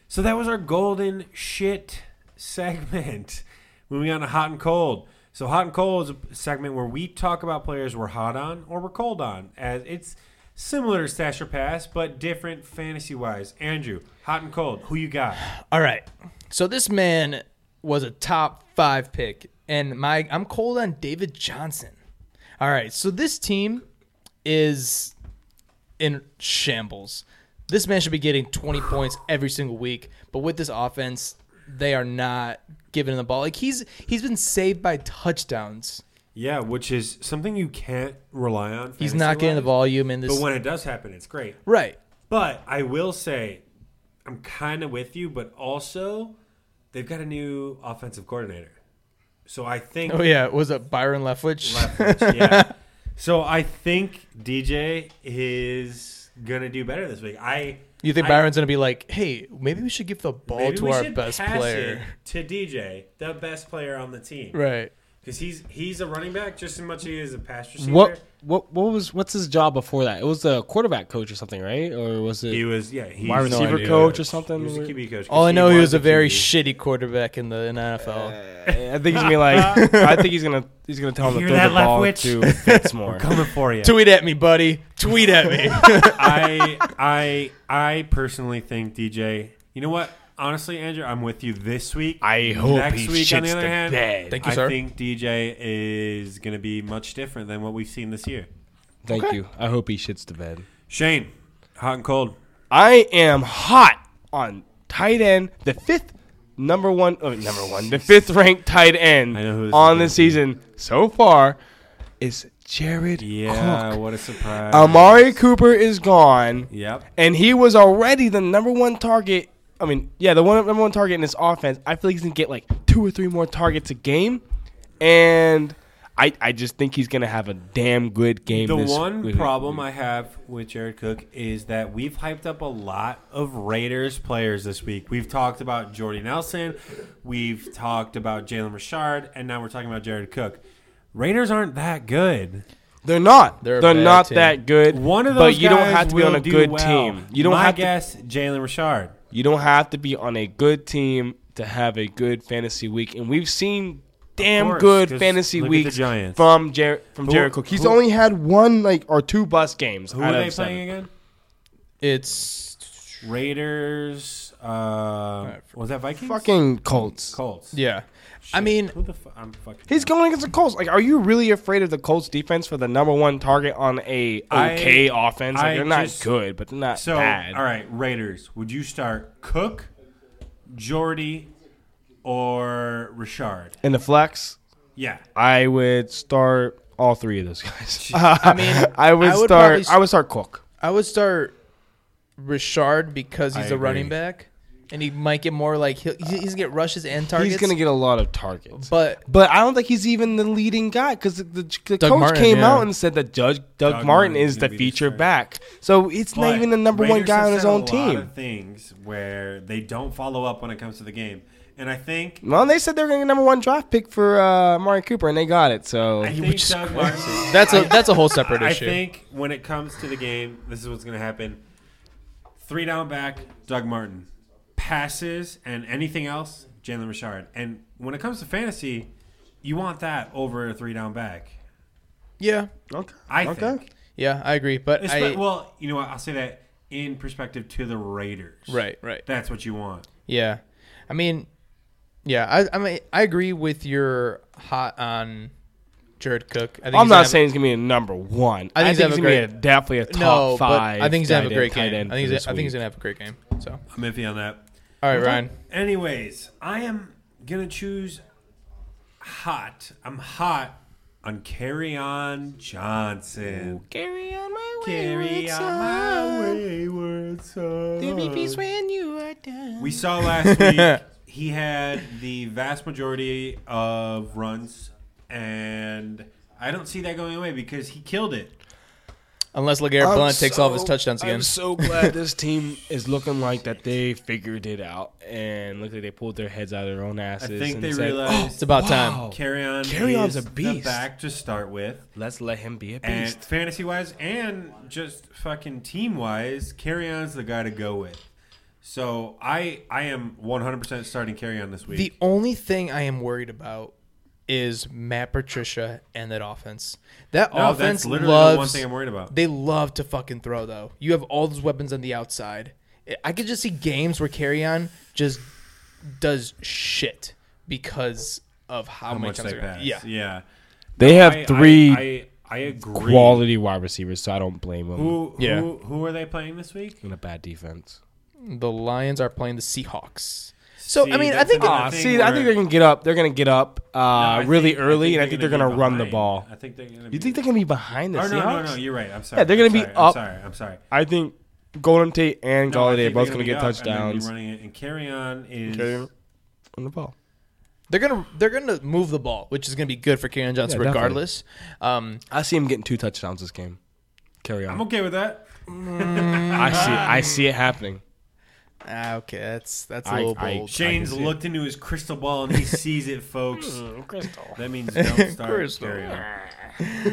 So that was our golden shit segment. [laughs] Moving on to hot and cold. So hot and cold is a segment where we talk about players we're hot on or we're cold on. As it's similar to stash or pass, but different fantasy wise. Andrew, hot and cold. Who you got? All right. So this man was a top five pick, and my I'm cold on David Johnson. All right. So this team is in shambles. This man should be getting 20 points every single week, but with this offense, they are not giving him the ball. Like he's he's been saved by touchdowns. Yeah, which is something you can't rely on. He's not getting the fantasy-wise, volume in this. But when it does happen, it's great. right. But I will say, I'm kind of with you, but also they've got a new offensive coordinator. So I think, Oh yeah, was it Byron Leftwich? [laughs] yeah. So I think DJ is gonna do better this week. I You think I- Byron's gonna be like, hey, maybe we should give the ball maybe to we our should best pass player? it to DJ, the best player on the team, Right. Because he's he's a running back just as much as he is a pass receiver. What what what was what's his job before that? It was the quarterback coach or something, right? Or was it He was, yeah, he's wide he receiver was- coach or He something? was a QB coach. 'cause All I know, he was was a the very QB. shitty quarterback in the in the NFL. I think he's gonna [laughs] be like. I think he's gonna he's gonna tell him Hear to throw that, the ball Leftwich? [laughs] to Fitzmore. coming for [laughs] you. Tweet at me, buddy. Tweet at me. [laughs] I I I personally think DJ. You know what? Honestly, Andrew, I'm with you this week. I hope Next he week, on the shits other the hand, bed. Thank you, I sir. think DJ is going to be much different than what we've seen this year. Thank you. I hope he shits the bed. Shane, hot and cold. I am hot on tight end, the fifth number one, oh, number one, the fifth ranked tight end I know who this on the is season so far is Jared Yeah, Cook. what a surprise. Amari Cooper is gone, Yep. and he was already the number one target. I mean, yeah, the one number one target in this offense. I feel like he's gonna get like two or three more targets a game, and I I just think he's gonna have a damn good game. The this one week. problem I have with Jared Cook is that we've hyped up a lot of Raiders players this week. We've talked about Jordy Nelson, we've talked about Jalen Richard, and now we're talking about Jared Cook. Raiders aren't that good. They're not. They're a They're, bad not team. that good. One of those But you don't have to be on a good team. You don't My have guess, Jalen Richard. to. You don't have to be on a good team to have a good fantasy week. And we've seen damn course, good 'cause fantasy look at the weeks Giants. from Jer- from Who- Jared Cook. He's who- only had one like or two bus games. Who out are of they seven. playing again? It's Raiders. Uh, was that Vikings? Fucking Colts. Colts. yeah. I Shit. [laughs] mean, who the fu- I'm fucking. He's going against the Colts. Like, are you really afraid of the Colts defense for the number one target on a I- okay offense? Like, I they're not just- good, but they're not so bad. all right, Raiders. Would you start Cook, Jordy, or Richard? And the flex, Yeah. I would start all three of those [laughs] guys. Uh, I mean, I would, I would start. probably- I would start Cook. I would start Richard because I he's a agree. running back, and he might get more like he'll, he's, he's gonna get rushes and targets. He's gonna get a lot of targets, but, but I don't think he's even the leading guy because the, the, the Doug coach Martin, came yeah. out and said that Judge Doug Doug Martin, Martin's is gonna be the the feature starter. back. So it's not But even the number one Raiders guy have on his said a own lot team. of things where they don't follow up when it comes to the game, and I think well, they said they were gonna get number one draft pick for uh, Mari Cooper, and they got it. So I think Doug Martin. that's a that's a whole [laughs] separate I issue. think when it comes to the game, this is what's going to happen. Three down back, Doug Martin. Passes and anything else, Jalen Richard. And when it comes to fantasy, you want that over a three down back. yeah, okay, I Okay. think. yeah, I agree. But Espe- I, well, you know what? I'll say that in perspective to the Raiders. right, right. That's what you want. Yeah, I mean, yeah, I, I mean, I agree with your hot on Jared Cook. I I'm think he's gonna not have- saying he's gonna be a number one. I think he's he's gonna gonna have a be a, definitely a top no, five. but I think he's gonna have tight a end- great tight game. end I think for he's, this I think he's week. gonna have a great game. So, all I'm iffy on that. right, Ryan. Anyways, I am gonna choose hot. I'm hot on Carry On Johnson. Carry on my Carry wayward on my son. wayward DVPs when you are done. We saw [laughs] last week he had the vast majority of runs, and I don't see that going away because he killed it. Unless LeGarrette I'm Blunt takes off his so- touchdowns again. I'm [laughs] so glad this team is looking like that they figured it out and look like they pulled their heads out of their own asses. I think and they said, "Oh, realized it's about Wow. time. carry on. Carry-on's is a beast. The back to start with, Let's let him be a and beast. fantasy wise, and just fucking team wise, carry on's the guy to go with. So I I am 100% starting carry on this week. The only thing I am worried about is Matt Patricia and that offense. That no, offense that's literally loves. the one thing I'm worried about. They love to fucking throw though. You have all those weapons on the outside. I- I could just see games where carry on just does shit because of how, How many much times they they're gonna- pass? Yeah. yeah. They have I- I- three I, I, agree. quality wide receivers, so I don't blame them. Who, Yeah. who who are they playing this week? In a bad defense. The Lions are playing the Seahawks. So See, I mean, I that's think another Ah, thing see, I where- think they're gonna get up. They're gonna get up uh, I think- really I early, and I think they're gonna be run the behind. ball. I think they're gonna. You think they're gonna be behind the Oh no, no, Seahawks? no! You're right. I'm sorry. Yeah, they're gonna I'm be sorry, up. I'm sorry. I'm sorry. I think Golden Tate and No, I Galladay think are both they're gonna be get up, and they're gonna be touchdowns running it, and carry on is Carry on. on the ball. they're gonna they're gonna move the ball, which is gonna be good for Karen Johnson Yeah, definitely. regardless. Um, I see him getting two touchdowns this game. Carry I'm on. okay with that. I see. I see it happening. ah, okay, that's that's a I- little I- bold. Shane's see it. looked into his crystal ball and he sees it, folks. Crystal. That means don't start. Crystal. carry on.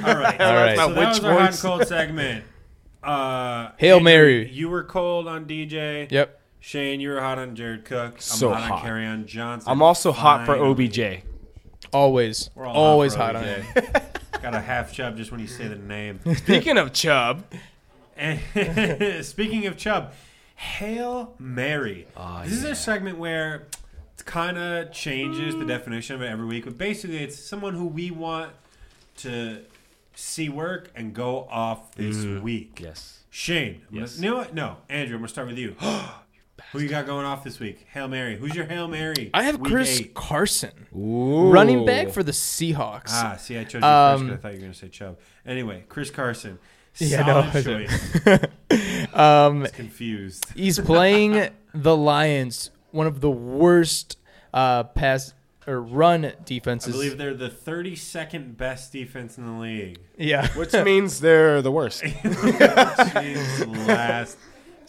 All right. All right. So that Witch was our hot and voice. cold segment. Uh, Hail Andrew, Mary. You were cold on DJ. Yep. Shane, you were hot on Jared Cook. I'm So hot, on hot. Carry on Johnson. I'm also hot for Finally. OBJ. Always, We're all always for hot on OBJ. it. Got a half chub just when you say the name. Speaking of Chubb, And [laughs] speaking of Chubb, Hail Mary. Ah, this is a segment where it kind of changes the definition of it every week, but basically it's someone who we want to see work and go off this Mm. week. yes, Shane, I'm Yes. gonna, you know what? No, Andrew, I'm gonna start with you. [gasps] Who you got going off this week? Hail Mary. Who's your Hail Mary? I have Week Chris eight? Carson, running back for the Seahawks. Ah, see, I chose you first 'cause I thought you were gonna say Chubb. Anyway, Chris Carson. Um, Yeah, no, Solid I don't. choice. [laughs] um, Confused. he's playing the Lions, one of the worst uh, pass or run I defenses. believe they're the 32nd best defense in the [laughs] league. yeah, which means they're [laughs] the worst. Jeez, last.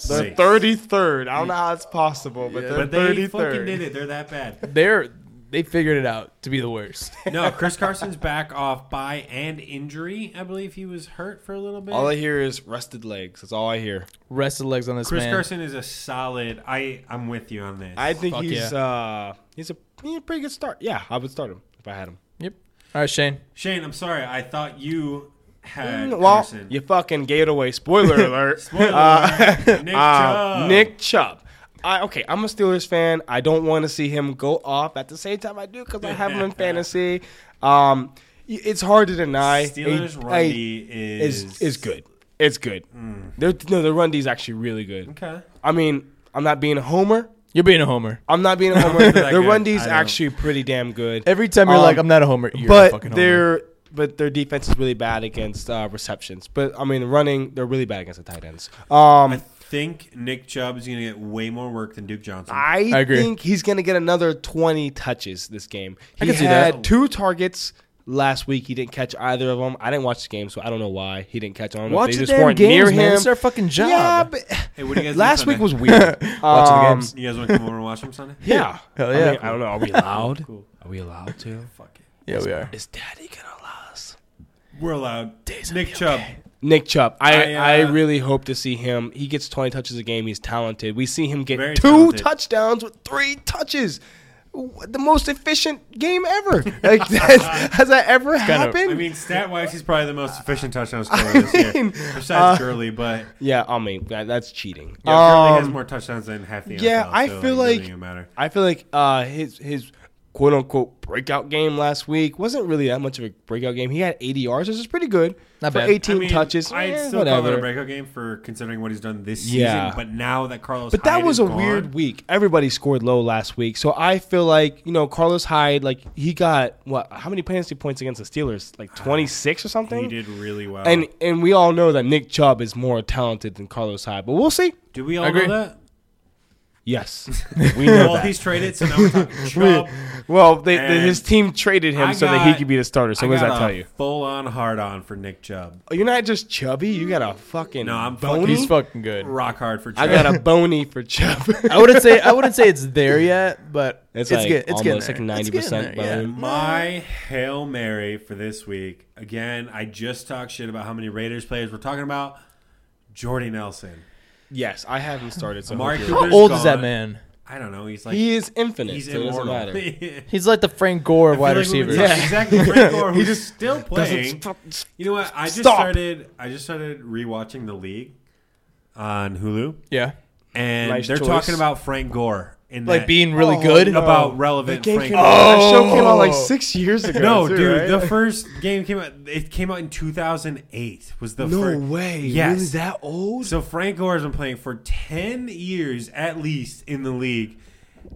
They're place. 33rd. I don't know how it's possible, but But they're they fucking 33rd. did it. They're that bad. they're they figured it out to be the worst. No, Chris Carson's back off by and injury. I believe he was hurt for a little bit. All I hear is rusted legs. That's all I hear. Rested legs on this Chris man. Carson is a solid. I I'm with you on this. I think Fuck he's yeah. uh he's a, he's a pretty good start. Yeah, I would start him if I had him. Yep. All right, Shane. Shane, I'm sorry. I thought you had Mm, well, Carson. you fucking gave it [laughs] away. Spoiler alert. Spoiler alert, Nick [laughs] Uh, Chubb. Nick Chubb. I, okay, I'm a Steelers fan. I don't want to see him go off at the same time I do because I have [laughs] him in fantasy. Um, y- it's hard to deny. Steelers a- run a- D is is is good. It's good. They're, no, the run D is actually really good. Okay. I mean, I'm not being a homer. You're being a homer. I'm not [laughs] being a homer. that the run good. D is I know. actually pretty damn good. Every time you're Um, like, I'm not a homer. You're a but fucking homer. their but their defense is really bad against uh, receptions. But I mean, running they're really bad against the tight ends. Um, I think Nick Chubb is gonna get way more work than Duke Johnson. I, I agree. think he's going to get another 20 touches this game. He can see had that. two targets last week. He didn't catch either of them. I didn't watch the game, so I don't know why he didn't catch on. Watch they the just damn weren't games, near man. him. It's their fucking job. Yeah, but Hey, what do you guys do [laughs] last Sunday? week was [laughs] weird. Watching the Um, games. You guys want to come over and watch them Sunday? Yeah, Hell I, yeah. mean, I don't know. Are we [laughs] allowed? Cool. Are we allowed to? Fuck it. Yeah, we are. Is Daddy gonna allow us? We're allowed. Days will Nick be Chubb. okay. Nick Chubb, I, I, I, uh, really hope to see him. He gets 20 touches a game. He's talented. We see him get Very two talented. touchdowns with three touches. Wh- The most efficient game ever. Like, [laughs] that's, has that ever happened? I [laughs] mean, stat wise, he's probably the Uh, most efficient touchdown scorer this year, besides Gurley. But yeah, I mean, that, that's cheating. yeah, Gurley has uh, Um, more touchdowns than half the NFL. yeah, I so it feel doesn't like- even matter. I feel like uh, his his quote unquote breakout game last week. Wasn't really that much of a breakout game. He had 80 yards, which is pretty good. Not for bad. 18 I mean, touches. I'd eh, still call it a whatever. breakout game for considering what he's done this Yeah. season. But now that Carlos, But that Hyde was is a gone- weird week. Everybody scored low last week, so I feel like you know Carlos Hyde, like he got what? How many fantasy points against the Steelers? Like twenty six or something. He did really well. And and we all know that Nick Chubb is more talented than Carlos Hyde, but we'll see. do we all I agree. know that? Yes, [laughs] we know well, that. he's traded, so now we're [laughs] talking Chubb. Well, they, they, And his team traded him I so that he got- could be the starter. So I what does got that tell a you? Full-on hard-on for Nick Chubb. Oh, You're not just chubby. You got a fucking No, I'm fucking- bony. He's fucking good. Rock hard for I Chubb. got a bony for [laughs] Chubb. I wouldn't say I wouldn't say it's there yet, but It's it's, like good. It's almost getting like there. It's getting 90% there, yeah. bone. My Hail Mary for this week. Again, I just talked shit about how many Raiders players we're talking about. Jordy Nelson. yes, I haven't started. So Mark hopefully- Cooper's How old is gone. that man? I don't know. He's like he is [laughs] infinite. he's so it doesn't immortal. matter. He's like the Frank Gore of wide I feel like we receivers. were talking- Exactly. [laughs] Frank Gore, who's still playing. stop- You know what? I just Stop. started. I just started rewatching the league on Hulu, Yeah, and Nice they're choice. talking about Frank Gore in like that- being really Oh, good. no. about relevant Game Frank. came Gore. out- that Oh. show came out like six years ago. [laughs] No, too, dude, right? the first game came out. It came out in 2008. Was the no first, way. Yes, Really that old? So Frank Gore has been playing for ten years at least in the league,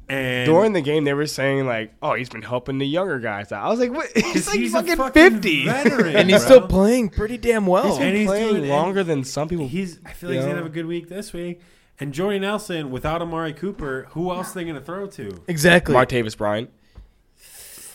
and During the game, they were saying like, "Oh, he's been helping the younger guys." out. I was like, "What? [laughs] He's 'cause like he's a fucking, fucking fifty, veteran, and he's bro. still playing pretty damn well. and he's playing doing- longer than some people." He's. I feel like he's Yeah. gonna have a good week this week. And Jordy Nelson without Amari Cooper, who else they gonna throw to? Exactly. Martavis Bryant.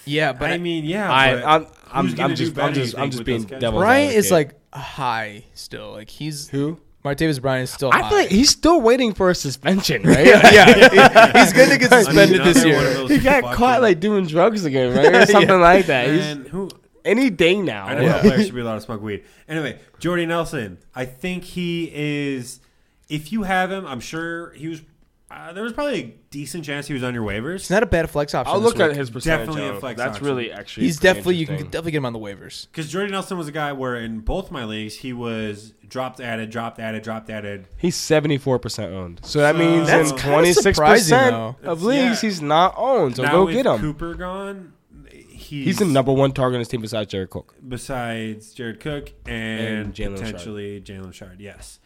Yeah, but I mean, yeah. I, but I'm, who's I'm, gonna I'm do just, better, I'm you just, think, I'm with just those being guys? devil. Bryant is like high still. Like he's who? Martavis Bryant is still. I feel high. like he's still waiting for a [laughs] suspension, right? yeah, [laughs] he's gonna get suspended Another this one of year. those he got fucking- caught like doing drugs again, [laughs] right, or something like that. He's, And who? any day now. I know that player should be allowed to smoke weed. Anyway, Jordy Nelson, I think he is. If you have him, I'm sure he was. Uh, there was probably a decent chance he was on your waivers. It's not a bad flex option. I'll this look at week. his percentage. Definitely a of- flex That's option. really actually. He's pretty definitely you can interesting. definitely get him on the waivers. Because Jordy Nelson was a guy where in both my leagues he was dropped added, dropped added, dropped added. He's seventy four percent owned. So that means That's in kinda twenty six surprising, percent though. It's- of leagues yeah. he's not owned. So go with get him. Cooper gone. He's, He's the number one target on his team besides Jared Cook. besides Jared Cook And and, Jalen potentially Jalen Shard. Yes.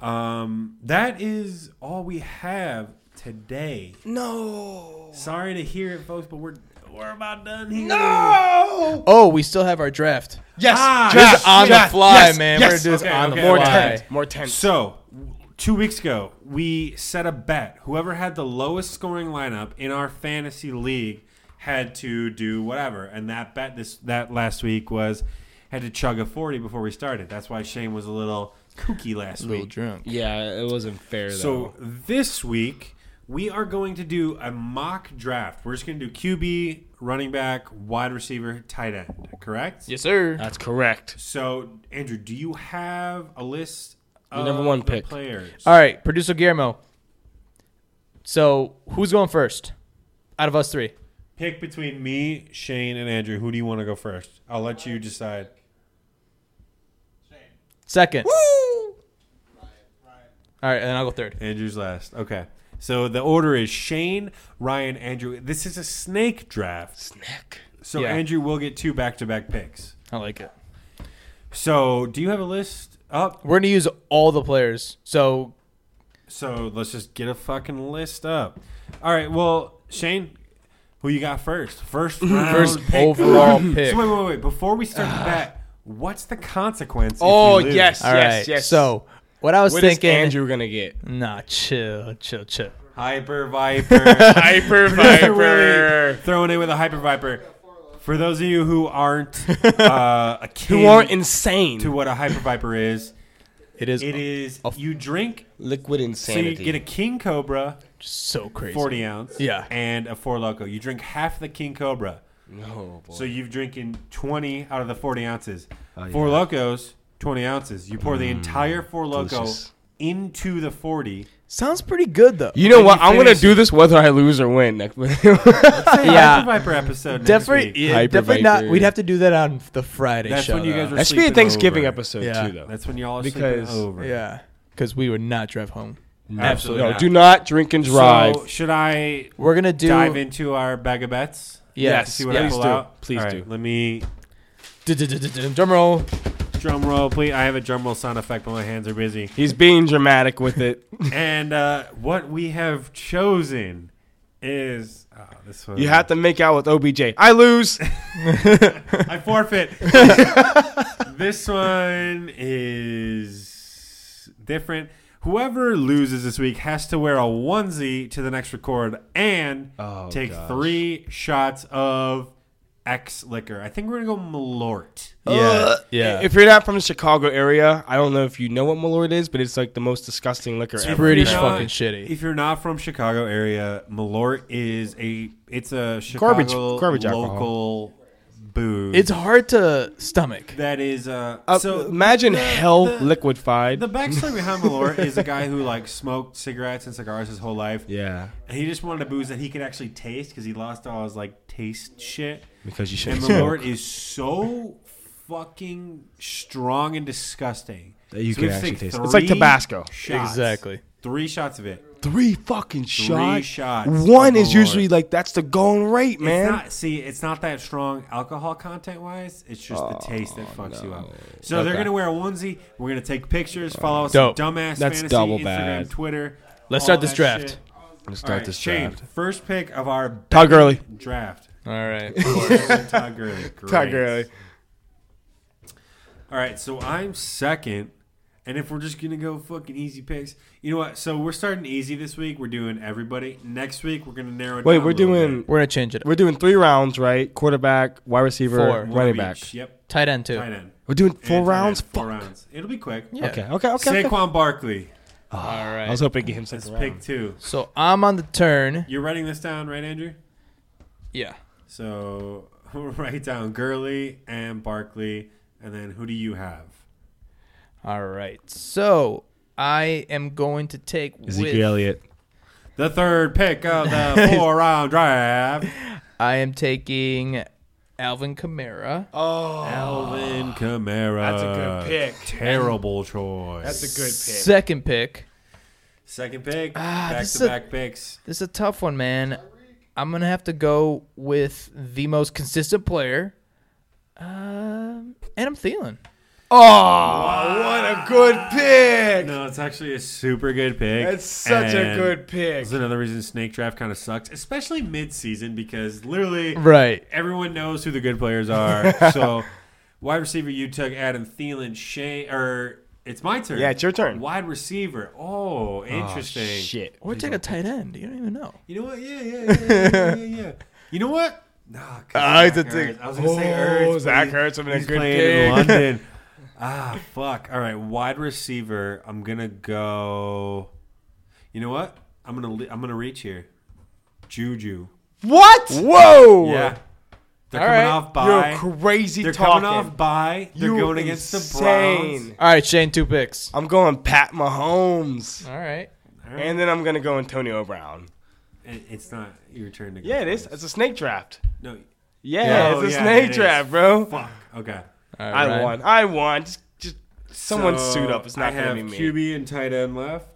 Um, that is all we have today. No. Sorry to hear it, folks, but we're we're about done here. No! Oh, we still have our draft. Yes. Ah, yes. Just on yes, the fly, yes, man. yes. We're gonna do this Okay, on the okay, More okay. fly. tense. More tense. So, two weeks ago, we set a bet. Whoever had the lowest scoring lineup in our fantasy league had to do whatever. And that bet this that last week was had to chug a 40 before we started. That's why Shane was a little kooky last A little week. drunk. Yeah, it wasn't fair though. So, this week, we are going to do a mock draft. We're just going to do QB, running back, wide receiver, tight end, correct? Yes, sir. that's correct. So, Andrew, do you have a list Your of number one the pick. players? All right, producer Guillermo. So who's going first? Out of us three. Pick between me, Shane, and Andrew. Who do you want to go first? I'll let you decide. Second. All right, and then I'll go third. Andrew's last. Okay. So the order is Shane, Ryan, Andrew. This is a snake draft. Snack. So Yeah. Andrew will get two back to back picks. I like it. So do you have a list up? We're gonna use all the players. So So let's just get a fucking list up. All right. Well, Shane, who you got first? First round [laughs] first pick. overall pick. [clears throat] So wait, wait, wait. Before we start [sighs] the bet, what's the consequence? if Oh, we lose? yes. All right. yes. So what I was What is thinking. Andrew gonna get? Nah, chill, chill, chill. Hyper Viper. [laughs] [laughs] [laughs] Hyper Mr. Willie throwing it with a hyper viper. For those of you who [laughs] aren't uh, akin Who aren't insane? to what a hyper viper is, It is, it is you drink Liquid insanity. so you get a king cobra, just so crazy. forty ounce, Yeah. and a four loco. You drink half the king cobra, no, Oh, boy. so you've drinking twenty out of the forty ounces. Oh, Four locos, twenty ounces. You pour the entire four loco Mm, delicious. into the [laughs] forty. Sounds pretty good though. You know When what? you I'm gonna finish- do this whether I lose or win. [laughs] Next- Yeah. hyper viper episode. next week. Definitely, yeah, Hyper definitely not. Viper. We'd have to do that on the Friday That's show. when you though. guys were that should be a sleeping Thanksgiving over. episode Yeah. too, though. That's when y'all are Because- sleeping over. Yeah, because we would not drive home. Absolutely no, not. do not drink and drive. So should I We're gonna do dive into our bag of bets? To Yes. see what I yes. pull do. out. Please All right, do. Let me Du-du-du-du-du. Drum roll. drum roll, please. I have a drum roll sound effect, but my hands are [laughs] busy. He's being dramatic [laughs] with it. and uh, what we have chosen is oh, this one. You have to make out with OBJ. I [laughs] lose. I [laughs] forfeit. this one is different. Whoever loses this week has to wear a onesie to the next record and Oh, take gosh. three shots of X liquor. I think we're gonna go Malort. Yeah. yeah. If you're not from the Chicago area, I don't know if you know what Malort is, but it's like the most disgusting liquor ever. British If you're not- fucking shitty. If you're not from Chicago area, Malort is a it's a Garbage- Chicago garbage alcohol. local booze. It's hard to stomach. that is uh, Uh, so imagine the- hell the- liquefied. The backstory behind Malort is a guy who like smoked cigarettes and cigars his whole life. yeah, And he just wanted a booze that he could actually taste because he lost all his like taste shit. because you And shouldn't smoke. Malort is so fucking strong and disgusting. That you So can we have to actually take taste it. It's like three Tabasco. shots. Exactly. Three shots of it. Three fucking Three shots. shots. One of is Malort. usually like that's the going rate, It's man. not, see, it's not that strong alcohol content wise. It's just the taste that fucks you up. So they're Oh, Okay. gonna wear a onesie. We're gonna take pictures. Follow us Dope. on dumbass That's fantasy double Instagram, bad. Twitter. Let's all start this that draft. shit. Let's All right, Shane, first pick of our Todd Gurley. draft. All [laughs] right. [laughs] Todd Gurley. Todd Great. Gurley. All right, so I'm second. And if we're just gonna go fucking easy picks, you know what? So we're starting easy this week. We're doing everybody. Next week we're gonna narrow it Wait, down a we're little doing bit. We're gonna change it. we're doing three rounds, right? Quarterback, wide receiver, Four. One running of back. each. Yep. Tight end too. Tight end. We're doing four And tight rounds. end, Four Fuck. rounds. It'll be quick. Yeah. Okay, okay, okay. okay. Saquon Barkley. All right. I was hoping to get him That's second pick round. two. so I'm on the turn. You're writing this down, right, Andrew? Yeah. So [laughs] write down Gurley and Barkley, and then who do you have? All right. So I am going to take with, Elliott. The third pick of [laughs] the four round draft. I am taking Alvin Kamara. Oh, [laughs] Alvin Ah, Kamara. That's a good pick. Terrible choice. that's a good pick. Second pick. Second pick. Ah, back this to is a- back picks. This is a tough one, man. I'm gonna have to go with the most consistent player. Um, Adam Thielen. Oh, what a good pick. No, it's actually a super good pick. That's such a And good pick. That's another reason snake draft kind of sucks, especially mid season because literally Right. everyone knows who the good players [laughs] are. so, wide receiver, you took Adam Thielen, Shane, or it's my turn. Yeah, it's your turn. Wide receiver. Oh, interesting. Shit. Or take a tight end. You don't even know. You know what? Yeah, yeah, yeah, yeah, yeah. yeah, [laughs] yeah. You know what? Nah, 'cause I Zach had to think- Ertz. I was gonna say Oh, Ertz. but Zach he- Ertz would've been a he's good playing in pick. London. [laughs] ah, fuck. All right, wide receiver. I'm gonna go. You know what? I'm gonna le- I'm gonna reach here. Juju. What? Whoa. Yeah. They're All coming right. off by. You're crazy They're talking. coming off by. They're You're going against the insane. Browns. All right, Shane. Two picks. I'm going Pat Mahomes. All right. And then I'm going to go Antonio Brown. It- It's not your turn to go. Yeah, it is. first. It's a snake draft. No. Yeah, Oh, it's a yeah, snake it is. draft, bro. Fuck. Okay. All I right. won. I won. Just, just someone So, suit up. It's I not have going to be me. QB and tight end left.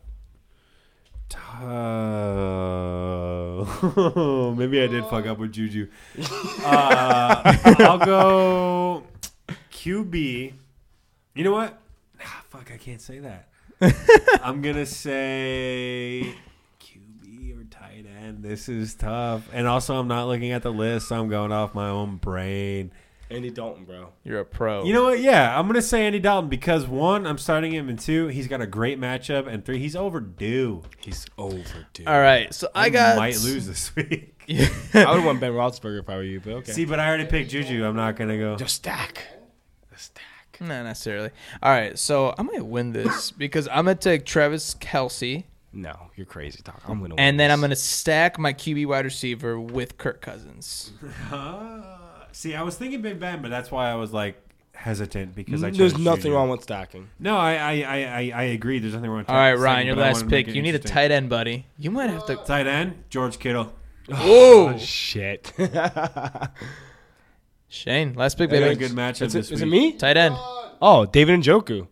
Oh, [laughs] maybe I did fuck up with [laughs] Juju. Uh, I'll go QB. You know what? Ah, fuck, I can't say [laughs] that. I'm gonna say QB or tight end. This is tough. And also, I'm not looking at the list. So I'm going off my own brain. Andy Dalton, bro. You're a pro. You know what? Yeah, I'm gonna say Andy Dalton because one, I'm starting him, and two, he's got a great matchup, and three, he's overdue. He's overdue. All right. So I, got. might lose this [laughs] [laughs] week. I would want Ben Roethlisberger if I were you, but okay. See, but I already picked Juju. I'm not gonna go. Just stack. The stack. Not necessarily. All right, so I might win this because I'm gonna take Travis Kelsey, No, you're crazy, Doc. I'm gonna. and then I'm gonna stack my QB wide receiver with Kirk Cousins. Ah, see, I was thinking Big Ben, but that's why I was like hesitant because I. There's chose nothing Juju. wrong with stacking. No, I I, I I I agree. There's nothing wrong. with All right, second, Ryan, your but I last wanted to make pick. it You need a interesting. tight end, buddy. You might have to. tight end. George Kittle. Whoa, Oh, [laughs] Shit. Shane, last pick, They had a baby. good matchup Is this it, week. is it me? Tight end. Oh, David and Joku.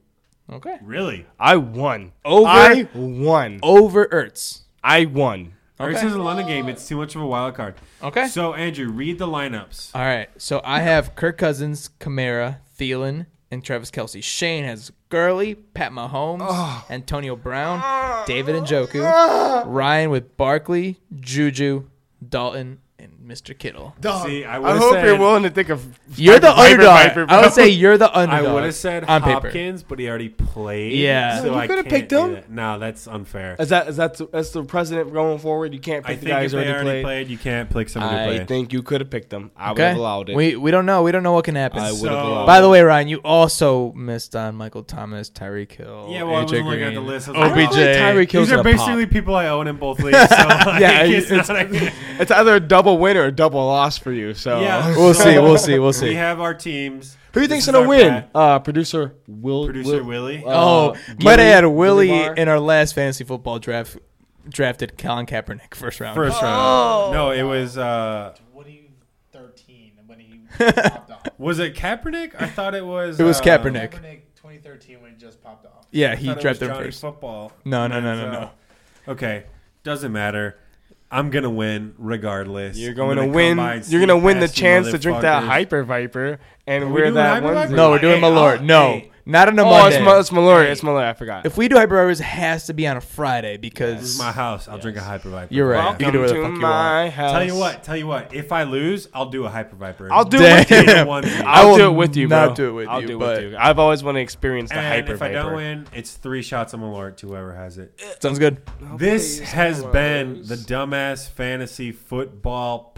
Okay. Really? I won. Over- I won. Over Ertz. I won. Or it Okay. says a London game. It's too much of a wild card. Okay. So Andrew, read the lineups. All right. So I have Kirk Cousins, Kamara, Thielen, and Travis Kelsey. Shane has Gurley, Pat Mahomes, Antonio Brown, David Njoku, Ryan with Barkley, Juju, Dalton, and Mr. Kittle. Dog. See, I would I have hope said you're willing to think of. You're the Viper, underdog. Viper, I bro. would say you're the I underdog. would have said on paper. Hopkins, but he already played. Yeah. so No, you I could have can't picked do him. that. No, that's unfair. [laughs] Is that is that the, that's the president going forward? You can't I pick the think guy if who's they already, already played, played. you can't pick somebody who I played. think you could have picked them. I would Okay. have allowed it. We we don't know. We don't know what can happen. I would have So- allowed. By the way, Ryan, you also missed on Michael Thomas, Tyreek Hill. yeah, well, I was AJ looking at the Green. list. I was like, OBJ. oh, Tyreek Hill's These are gonna pop. basically people I own in both leagues. So [laughs] like, Yeah, it's it's- not a- It's either a double win or a double loss for you. So Yeah. [laughs] We'll see. We'll see. We'll [laughs] see. we have our teams. who do you This think's is gonna our win? bet. Uh, producer Will. Producer Will- Willie. uh, Oh, Um, Gilly- might have had Willie Gilly Barr? in our last fantasy football draft drafted Colin Kaepernick first round. First round. No, it was. Uh, What do you 13 when he popped off? was it Kaepernick? I thought it was. It was uh, Kaepernick. Nick. Kaepernick 2013 when he just popped off. Yeah, I he thought it drafted was him Johnny first. Football. No, no, no, no, And, uh, no. Okay, doesn't matter. I'm gonna win regardless. You're I'm going to gonna come win. by and You're sneak going to win the past you chance to drink that motherfuckers. hyper viper and we wear doing that Hyper onesie. Viper? No, we're doing Hey, Malort. I'll- No, hey. not on a oh, Monday. it's, Ma- it's Mallory. It's Mallory. I forgot. if we do hyper hours, it has to be on a This Friday is because my house. I'll drink a hyper viper. You're right. Yeah. You can do whatever the to fuck you my house. Tell you what. Tell you what. If I lose, I'll do a hyper viper. I'll do it with you. [laughs] damn. One and I'll will do it with you. not bro. do it with I'll you, do it but- with you. I've always wanted to experience the hyper if I viper. don't win, it's three shots on Malort to whoever has it. sounds good. This has been the Dumbass Fantasy Football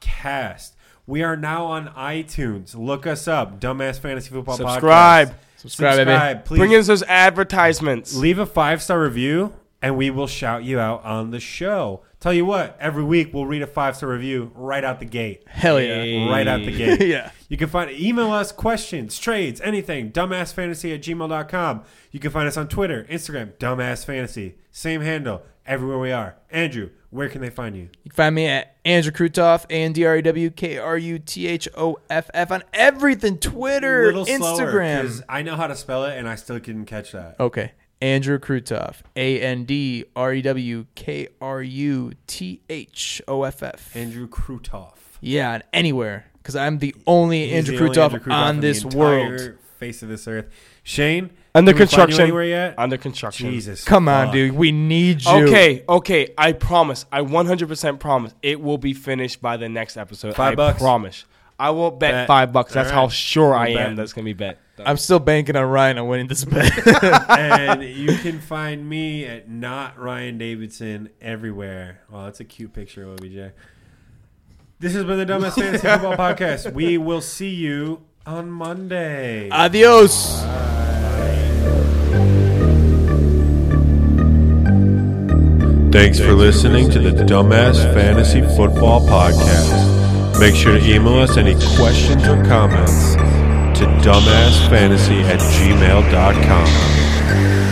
Podcast. We are now on iTunes. Look us up, Dumbass Fantasy Football Subscribe. Podcast. Subscribe, baby. Please Bring us those advertisements. leave a five star review, and we will shout you out on the show. Tell you what, every week we'll read a five star review right out the gate. Hell yeah. Right out the [laughs] gate. Yeah. You can find email us questions, trades, anything, dumbassfantasy at gmail.com. You can find us on Twitter, Instagram, dumbassfantasy. Same handle, everywhere we are. Andrew, where can they find you? You can find me at Andrew Krutoff, A N D R E W K R U T H O F F on everything Twitter, Instagram. 'cause I know how to spell it and I still couldn't catch that. Okay. Andrew Krutoff. A N D R E W K R U T H O F F. Andrew Krutoff. Yeah, and anywhere. Because I'm the only He's Andrew the only Krutoff Andrew Krutoff on in the this entire world. Face of this earth. Shane, Under can we find you construction. anywhere yet? Under construction. Jesus. Come on, fuck. dude. We need you. Okay, okay. I promise. I 100% promise it will be finished by the next episode. Five I bucks? promise. I will bet, Bet. five bucks. That's All how right. sure I We'll am bet. that's going to be bet. I'm still banking on Ryan on winning this bet. and you can find me at not Ryan Davidson everywhere. Well, that's a cute picture of OBJ. This has been the Dumbest Fantasy Football Podcast. We will see you on Monday. Adios. Thanks for listening to the Dumbass Fantasy Football Podcast. Make sure to email us any questions or comments to dumbassfantasy at gmail.com.